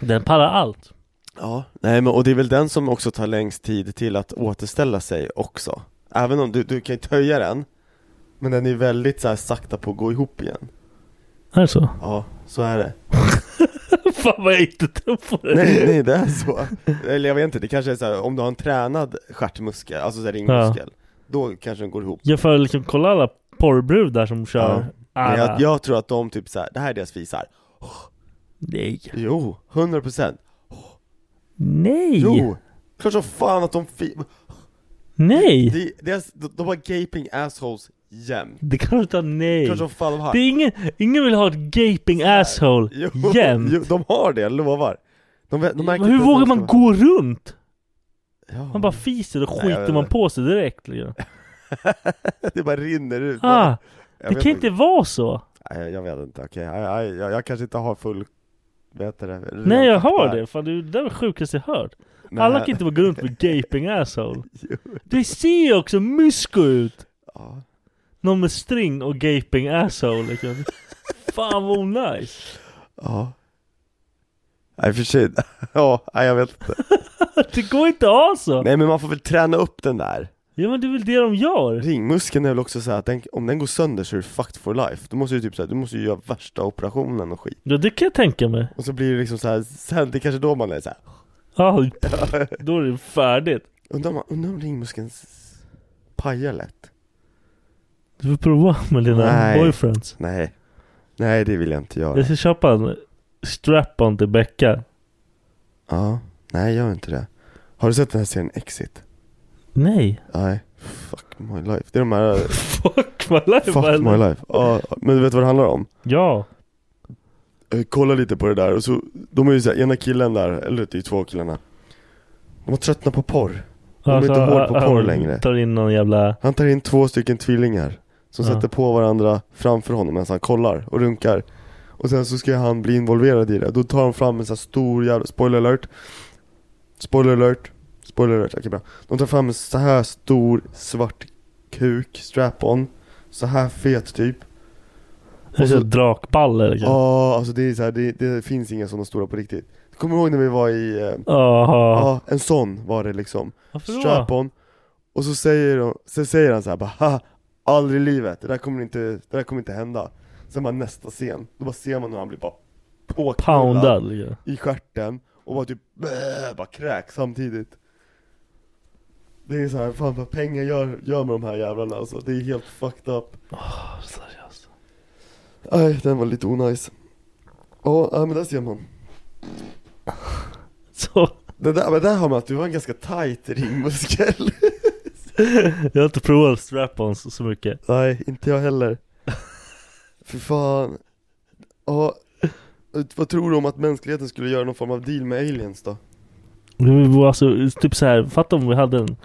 Den pallar allt. Ja, nej men och det är väl den som också tar längst tid till att återställa sig också Även om du, du kan ju töja den Men den är väldigt så här sakta på att gå ihop igen Är det så? Ja, så är det Fan vad jag inte tror på det. Nej, nej det är så Eller jag vet inte, det kanske är så här om du har en tränad stjärtmuskel, alltså så här ringmuskel Då kanske den går ihop Jag får liksom kolla alla porrbrudar som Ja. kör. Ah, Men alla. jag, jag tror att de typ så här, det här är deras fisar Nej. Jo, 100% procent Nej. Jo! Klart som fan att de fi- Nej. De, deras, de, de har gaping assholes jämt. Det kan du inte ha nej. Klart som fan de har. Det är ingen, ingen vill ha ett gaping asshole Jo, jämt. jo, de har det, jag lovar. De, vet- de märker Hur inte vågar att de man ska- gå runt? Ja. Man bara fiser och Mm. Nej, skiter jag vet man inte. på sig direkt. Liksom. det bara rinner ut. Ah, Jag det vet kan inte vara så. Nej, jag vet inte, okej. Okay. Jag, jag, jag kanske inte har full... Vet du det? ren Nej jag fakta har här. det. Fan, det är det där sjukaste jag hört. Men- Alla kan inte bara gå runt med gaping asshole. Jo. Det ser ju också mysko ut. Ja. Någon med string och gaping asshole liksom. Fan vad nice. Ja. Nej, för sig. Ja, nej, jag vet inte. Det går inte att ha så. Nej, men man får väl träna upp den där. Ja men det är väl det de gör. Ringmuskeln är väl också så här att den, om den går sönder så är du fucked for life. Du måste ju typ så här, du måste ju göra värsta operationen och skit. Ja det kan jag tänka mig. Och så blir det liksom så här, sen, det är kanske då man är så här. Ja, Ah, då är det färdigt. Undrar om, undrar om ringmuskeln s- pajar lätt? Du får prova med dina Nej. boyfriends. Nej. Nej, det vill jag inte göra. Jag ska köpa en strap-on till Becka. Ja. Nej, gör inte det. Har du sett den här serien Exit? Nej. Nej. Fuck my life. Det är de här... Fuck my life. Fuck my eller? life. Ja, men du vet vad det handlar om? Ja. eh, kolla lite på det där och så, de är ju såhär, ena killen där, eller det är ju två killarna De har tröttnat på porr De är inte hård på han- porr han längre. Alltså, tar in någon jävla... Han tar in två stycken tvillingar Som Ja. sätter på varandra framför honom medan han kollar och runkar Och sen så ska han bli involverad i det, då tar de fram en sån här stor jävla, spoiler alert Spoiler alert, spoiler alert, okej bra De tar fram en så här stor svart kuk, strap-on Så här fet typ Och så drakballer. Ja, kanske. alltså det är så här, det, det finns inga sådana stora på riktigt. Kommer du ihåg när vi var i, eh, Jaha. ja, en sån var det liksom. Varför då? Strap-on. Och så säger, de, så säger han så här bara "Haha, aldrig i livet, det där kommer inte, det där kommer inte hända. Sen bara nästa scen, då bara ser man hur han blir bara påknullad Poundad. liksom. i stjärten och bara typ "Bäh", bara kräk samtidigt. Det är så här, fan vad pengar gör, gör med de här jävlarna alltså, det är helt fucked up. Seriöst. Nej, den var lite onajs. Ja, nej, men där ser man. Så, Det där, men där har man att du var en ganska tight ringmuskel. jag har inte provat strap-ons så mycket. Nej, inte jag heller. För fan. Ja, ut- vad tror du om att mänskligheten skulle göra någon form av deal med aliens då? Det var alltså typ så här, fatta om vi hade en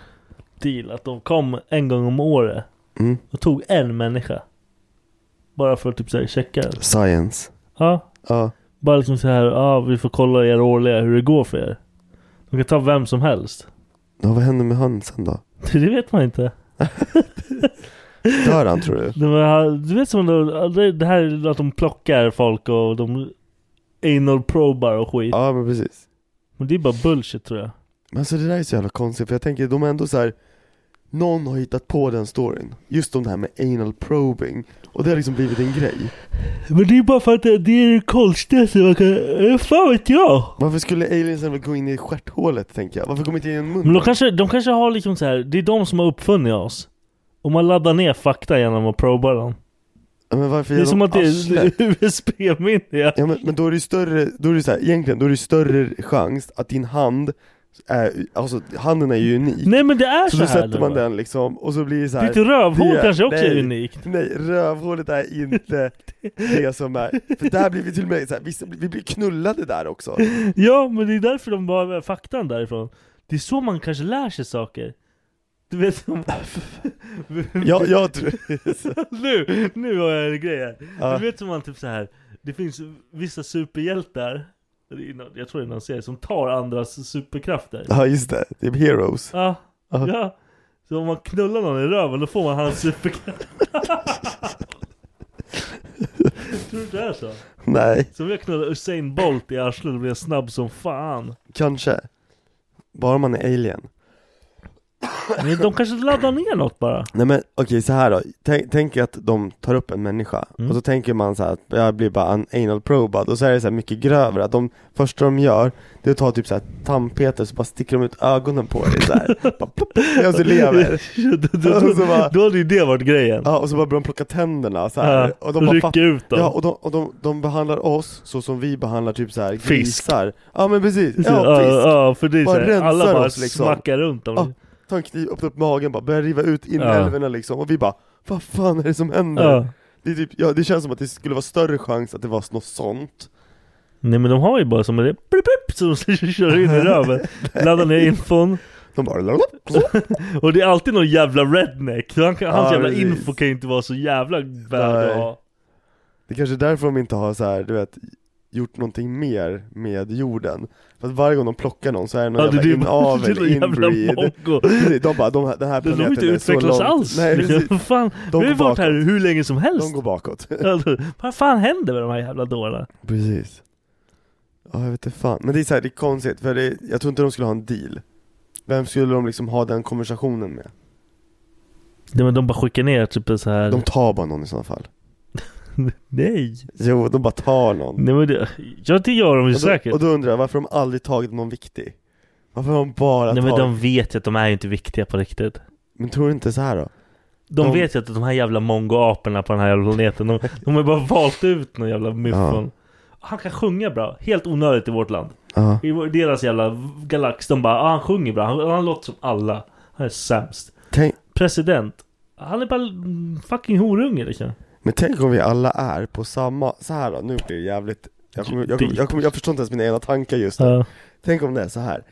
deal att de kom en gång om året Mm. och tog en människa. Bara för att typ så här checka. Science. Ja, Ja. Bara liksom så här, ja ah, vi får kolla er årliga hur det går för er. De kan ta vem som helst. ja, vad händer med han sen då? Det vet man inte. Dör han tror du? De har, du vet som de, det- det här är att de plockar folk och de anal probar och skit. Ja, men precis. Men det är bara bullshit tror jag. Men alltså det där är så jävla konstigt, för jag tänker de är ändå så här. Någon har hittat på den storyn, just om det här med anal probing, och det har liksom blivit en grej. Men det är bara för att det, det är det konstigaste man kan... eh, Fan vet jag! Varför skulle aliensen väl gå in i stjärthålet tänker jag? Varför kommer inte in i en mun? Men de kanske, de kanske har liksom så här, det är de som har uppfunnit oss. Och man laddar ner fakta genom att proba dem. Ja, men varför Det är gör som de att det arslet? är USB-minne. Ja men, men då är det ju större, då är det så här, egentligen, då är det större chans att din hand, är, alltså handen är ju unik. Nej men det är så så, då här nu, sätter man va? den liksom, och så blir det så här. Ditt rövhål det- kanske också nej. är unikt. Nej, rövhålet är inte det som är, för där blir vi till och med så här, vissa, blir- vi blir knullade där också. Ja, men det är därför de bara faktan därifrån. Det är så man kanske lär sig saker. Du vet som... Jag, jag tror, nu, nu har jag en grej här. Ja. Du vet som man typ så här. det finns vissa superhjältar, eller inom- jag tror det är någon serie, som tar andras superkrafter. ja just det, det är heroes. Ja, Ja. ja. Så om man knullar någon i röven då får man hans superkraft. tror du det är så? Nej, Så om jag knullar Usain Bolt i arslet då blir jag snabb som fan. kanske. Bara man är alien. Men de kanske laddar ner något bara. Nej men okej så här då, tänk, tänk att de tar upp en människa Mm. och så tänker man så här att jag blir bara an- anal probad och så är det så här mycket grövre att de första de gör det är att ta typ så här tandpetare så bara sticker de ut ögonen på dig så här. bara, pop, och så Alltså, lever. då, då, då, Och så bara, då hade ju det varit grejen. ja, och så bara börjar de plocka tänderna så här. Ja, och de bara rycker fatt- ut dem. Ja och, de, och de, de behandlar oss så som vi behandlar typ så här Fisk. grisar. Ja men precis, ja ja, fisk. ja, för det är Bara så här, alla rensar bara oss, liksom. smackar runt dem. Ja. Ta en kniv, öppna upp magen bara, börjar riva ut inälvorna liksom och vi bara vad fan är det som händer? Ja. Det, är typ, ja, det känns som att det skulle vara större chans att det var något sånt Nej men de har ju bara som det blip, blip, som de kör in i röven. Laddar ner infon. De bara lalala, Och det är alltid någon jävla redneck. Så han, kan- hans Ja, jävla precis. info kan ju inte vara så jävla värd att ha. Det är kanske är därför de inte har så här, du vet gjort någonting mer med jorden För att varje gång de plockar någon så är det någon Ja, det jävla är ju bara det är inavel, någon jävla inbreed mongo. Precis, De bara, de, här- den här De planeten vill inte är så utvecklas långt. alls. Nej, precis. liksom. fan, De vi har ju går varit här bakåt, hur länge som de helst. går bakåt Alltså, Vad fan händer med de här jävla dårarna? Precis Ja jag vet inte fan, men det är så här, det är konstigt för det, jag tror inte de skulle ha en deal Vem skulle de liksom ha den konversationen med? Nej men de bara skickar ner typ så här. De tar bara någon i sådana fall Nej! Jo, de bara tar någon Nej men det, ja det gör de Och ju då, säkert. och då undrar jag varför de aldrig tagit någon viktig? Varför har de bara Nej men tagit... de vet ju att de är ju inte viktiga på riktigt. Men tror du inte så här då? De, De- vet ju att de här jävla mongoaporna på den här jävla planeten, de, de har ju bara valt ut någon jävla myffon. Han kan sjunga bra, helt onödigt i vårt land. Ja, I vår- deras jävla galax, de bara ah, han sjunger bra, han, han låter som alla. Han är sämst. tänk, President, han är bara mm, fucking horunge liksom. men tänk om vi alla är på samma, så här då, nu blir det jävligt jag, kommer, jag, kommer, jag, kommer, jag förstår inte ens mina egna tankar just nu. Ja. Tänk om det är så här.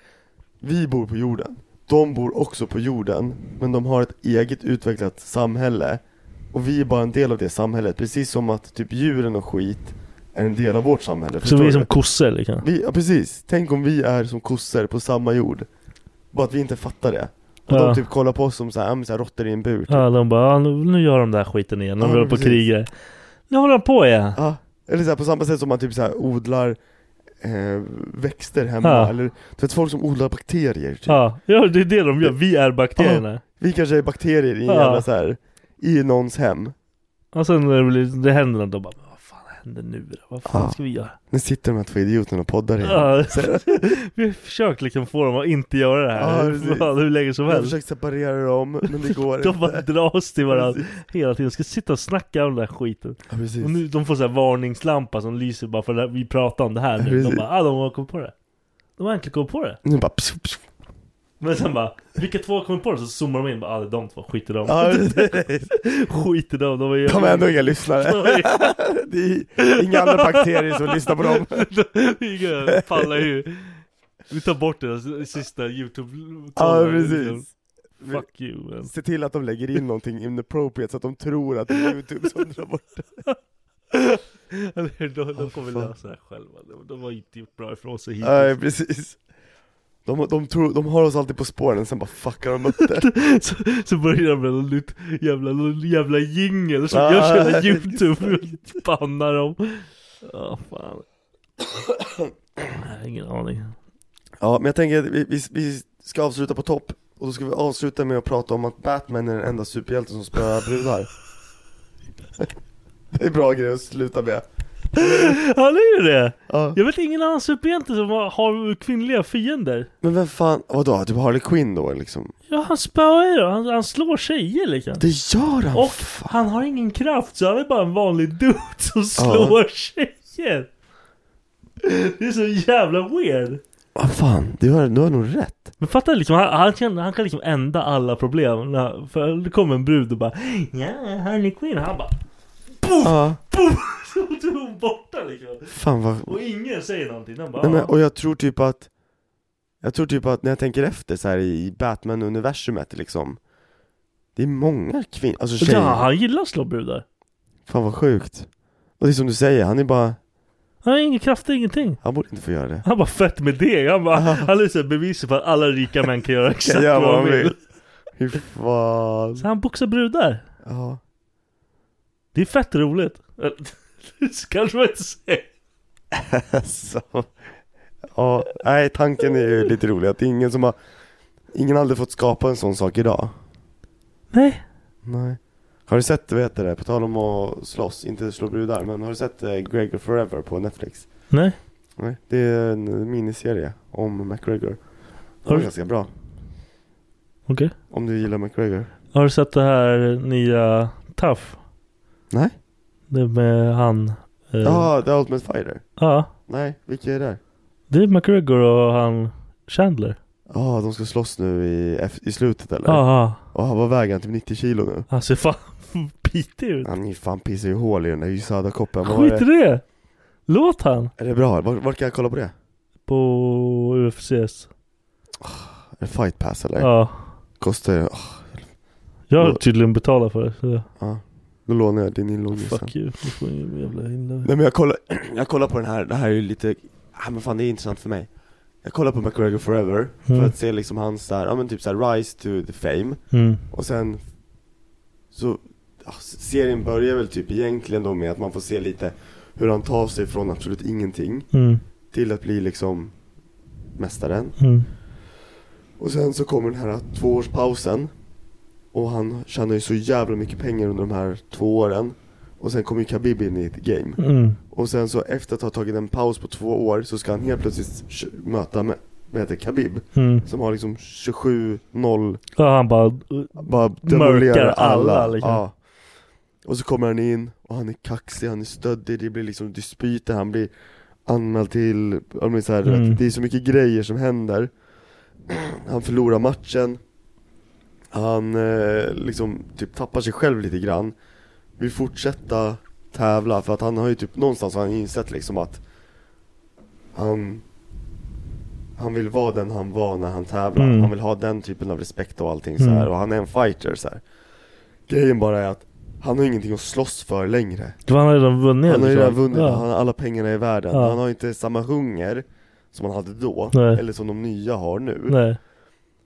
Vi bor på jorden, de bor också på jorden, men de har ett eget utvecklat samhälle Och vi är bara en del av det samhället, precis som att typ djuren och skit är en del av vårt samhälle Så förstår vi är du? som kossor liksom. Vi, ja precis, tänk om vi är som kossor på samma jord Bara att vi inte fattar det Och Ja. de typ kollar på oss som såhär, ja men såhär råttor i en bur typ. Ja, de bara ah, nu, nu gör de där skiten igen, de Ja, håller på och precis. krigar. Nu håller han på ja. Ja, eller så här, på samma sätt som man typ så här odlar eh, växter hemma, Ja. eller du vet folk som odlar bakterier typ. Ja, ja det är det de gör. Vi är bakterierna. Vi kanske är bakterier i en Ja. jävla så här, i någons hem. Och sen när det, blir, det händer något, då bara Vad fan händer nu då? Vad fan Ja. ska vi göra? Nu sitter de här två idioterna och poddar igen. Ja. vi har försökt liksom få dem att inte göra det här Ja, precis. fan, hur länge som Jag har helst. försökt separera dem, men det går De bara inte. dras till varandra Precis. hela tiden. Ska sitta och snacka om den här skiten. Ja, precis. Och nu, de får så här varningslampa som lyser bara för att vi pratar om det här nu. De Precis. bara ah, de har kommit på det. De har äntligen kommit på det. Nu bara pss, pss. Men sen bara, vilka två har kommit på det? Så zoomar de in bara, ah, det är de två, skit i dem. Ja, precis. Skit i dem, de är De är ändå inga lyssnare. Det är inga andra bakterier som lyssnar på dem. Inga pallar ju. Vi tar bort deras sista youtube Ja, precis. Fuck you man. Se till att de lägger in någonting inappropriate så att de tror att det är Youtube som drar bort Eller hur? De, de kommer fan. lösa det här själva. De, de har inte gjort bra ifrån sig hittills. Nej precis de, de, tror, de har oss alltid på spåren, sen bara fuckar de upp det Så, så börjar de med någon nytt jävla, någon jävla jingel som Ja, görs hela exakt. youtube och bannar dem. Ja, fan. Jag har ingen aning. Ja men jag tänker att vi, vi, vi ska avsluta på topp Och då ska vi avsluta med att prata om att Batman är den enda superhjälten som spöar brudar Det är bra grej att sluta med Han är ju det! ja. Jag vet ingen annan superhjälte som har- har kvinnliga fiender. Men vem fan, vadå? Typ Harley Quinn då liksom? Ja, han spöar ju då. Han, han slår tjejer liksom. Det gör han! Och fan. han har ingen kraft så han är bara en vanlig dude som slår tjejer. Det är så jävla weird. Vad fan, du har, du har nog rätt Men fatta liksom, han, han, kan, han kan liksom ända alla problem. När, för det kommer en brud och bara Ja, Harley Quinn. Han bara Ja, Så är hon borta liksom. fan vad Och ingen säger någonting. Han bara Nej, men, "Ja." och jag tror typ att Jag tror typ att när jag tänker efter så här i Batman-universumet liksom Det är många kvinnor, alltså tjejer, ja, han gillar att slå brudar. fan vad sjukt Och det är som du säger, han är bara, Han har ingen kraft, ingenting. han borde inte få göra det Han bara fett med det. Han bara, han är så här beviset för att alla rika män kan göra exakt Kan göra vad de vill. Hur fan Så han boxar brudar. Ja, Det är fett roligt. Det kanske man inte säger. alltså Ja, nej tanken är ju lite rolig att det är ingen som har Ingen har aldrig fått skapa en sån sak idag Nej. Nej Har du sett, vad heter det, på tal om att slåss, inte slå brudar, men har du sett eh, Gregor Forever på Netflix? Nej. Nej, det är en miniserie om McGregor. Den Har var du- ganska bra. Okej. Om du gillar McGregor. Har du sett det här nya Tough? Nej. Det med han. eh, Ja, The Ultimate Fighter. ja. Nej, vilka är det? Det är McGregor och han Chandler. Ja, de ska slåss nu i, eff- i slutet eller? Ja. Ja. ja. vad väger han? Typ 90 kilo nu? Han ser fan bitig ut. Han är fan pissar ju hål i den där Ysada-koppen. Vad var Skit i det? det. Låt han. Är det bra? Var, var kan jag kolla på det? På UFCs. Är det fight pass eller? Ja. Kostar det? åh, Jag har tydligen betalat för det. Så. Då lånar jag din inloggning sen. Fuck you. Du får ingen jävla inlogg. Nej men jag kollar, jag kollar på den här, det här är ju lite, ah, men fan det är intressant för mig Jag kollar på McGregor Forever Mm. för att se liksom hans där, ja men typ såhär rise to the fame Mm. Och sen så, ja, serien börjar väl typ egentligen då med att man får se lite hur han tar sig från absolut ingenting Mm. till att bli liksom mästaren Mm. Och sen så kommer den här tvåårspausen Och han tjänar ju så jävla mycket pengar under de här två åren Och sen kommer ju Khabib in i ett game Mm. och sen så efter att ha tagit en paus på två år så ska han helt plötsligt tj- möta med, vad heter det, Khabib Mm. Som har liksom 27-0 Ja, han bara. Bara demolerar alla, alla, liksom. ja. Och så kommer han in och han är kaxig, han är stöddig, det blir liksom dispyter, han blir anmäld till, han blir så här, du Mm. vet, det är så mycket grejer som händer Han förlorar matchen Han eh, liksom typ tappar sig själv lite grann Vill fortsätta tävla för att han har ju typ någonstans har han insett liksom att Han Han vill vara den han var när han tävlar Mm. Han vill ha den typen av respekt och allting så här Mm. Och han är en fighter så här. Grejen bara är att Han har ingenting att slåss för längre Han har redan vunnit. han har ju liksom. redan vunnit, Ja. han har alla pengarna i världen. Ja. Han har inte samma hunger som han hade då, Nej. eller som de nya har nu. Nej.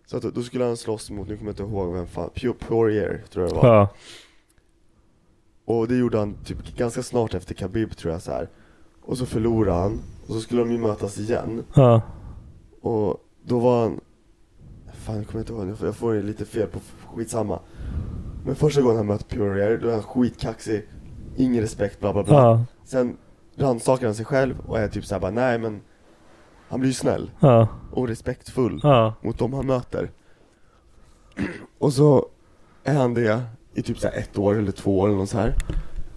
Så att då skulle han slåss mot, nu kommer jag inte ihåg vem fan, Pure Poirier tror jag det var. Ja. Och det gjorde han typ ganska snart efter Khabib tror jag så här. Och så förlorade han. Och så skulle de ju mötas igen. Ja. Och då var han Fan jag kommer inte ihåg, jag får- jag får ju lite fel på skitsamma Men första gången han mötte Purier, då är han skitkaxig Ingen respekt, bla bla bla Ja. Sen rannsakar han sig själv och är typ såhär bara, nej men Han blir ju snäll Ja. och respektfull Ja. mot dem han möter Och så är han det i typ såhär ett år eller två år eller något så här.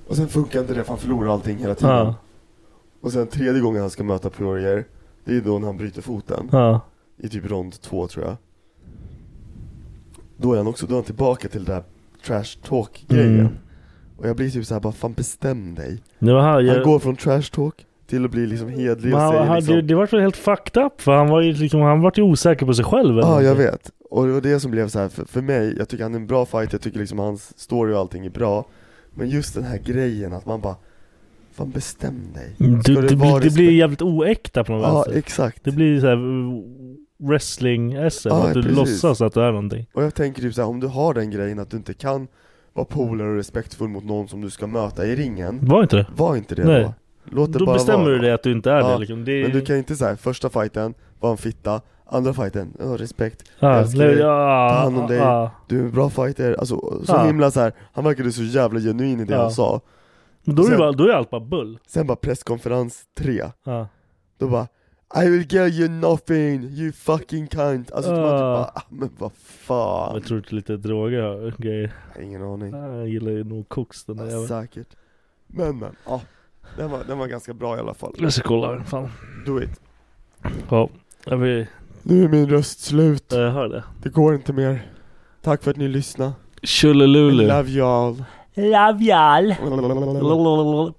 Och sen funkar inte det för han förlorar allting hela tiden Ja. Och sen tredje gången han ska möta Purier Det är då när han bryter foten Ja. i typ rond två tror jag Då är han också, då är han tillbaka till det där trash talk grejen Mm. Och jag blir typ såhär bara, fan bestäm dig Det var här, Han jag, går från trash talk till att bli liksom hedlig men och han, säger han, liksom det, det var väl helt fucked up för han var ju liksom, han var ju osäker på sig själv. Ja eller jag någonting. vet, och det var det som blev så här för, för mig, jag tycker han är en bra fight, jag tycker liksom hans story och allting är bra Men just den här grejen att man bara, fan bestäm dig Ska Mm, Du, det, vara blir, det respekt- blir jävligt oäkta på något Ja vänster. exakt, Det blir såhär wrestling-SM, Ja, att du precis. låtsas att det är någonting. och jag tänker typ så här, om du har den grejen att du inte kan vara polare och respektfull mot någon som du ska möta i ringen Var inte det? Var inte det Nej. då. Låt det Då bara bestämmer vara. du dig att du inte är Ja, det liksom. Det är, Men du kan ju inte säga första fighten var en fitta, andra fighten, oh, respekt, ja, älskar nej, dig, ja, ta hand om ja, dig. ja. du är en bra fighter, alltså så Ja. himla så här. han verkade så jävla genuin i det Ja. han sa Men Då är, det Sen- bara, då är allt bara bull. Sen bara presskonferens 3, Ja. då bara I will give you nothing, you fucking cunt Alltså man typ Ah. bara, ah, men vad fan Jag tror inte lite droger och grejer. Ingen aning, Ja, Jag gillar ju nog koks den där ja, jäveln. säkert Men men, ja den, var, den var ganska bra i alla fall, Jag ska kolla. Fan. do it Ja, jag, vill, Nu är min röst slut, jag hör det. det går inte mer Tack för att ni lyssnade, I Tjolilulu. love you all Love y'all.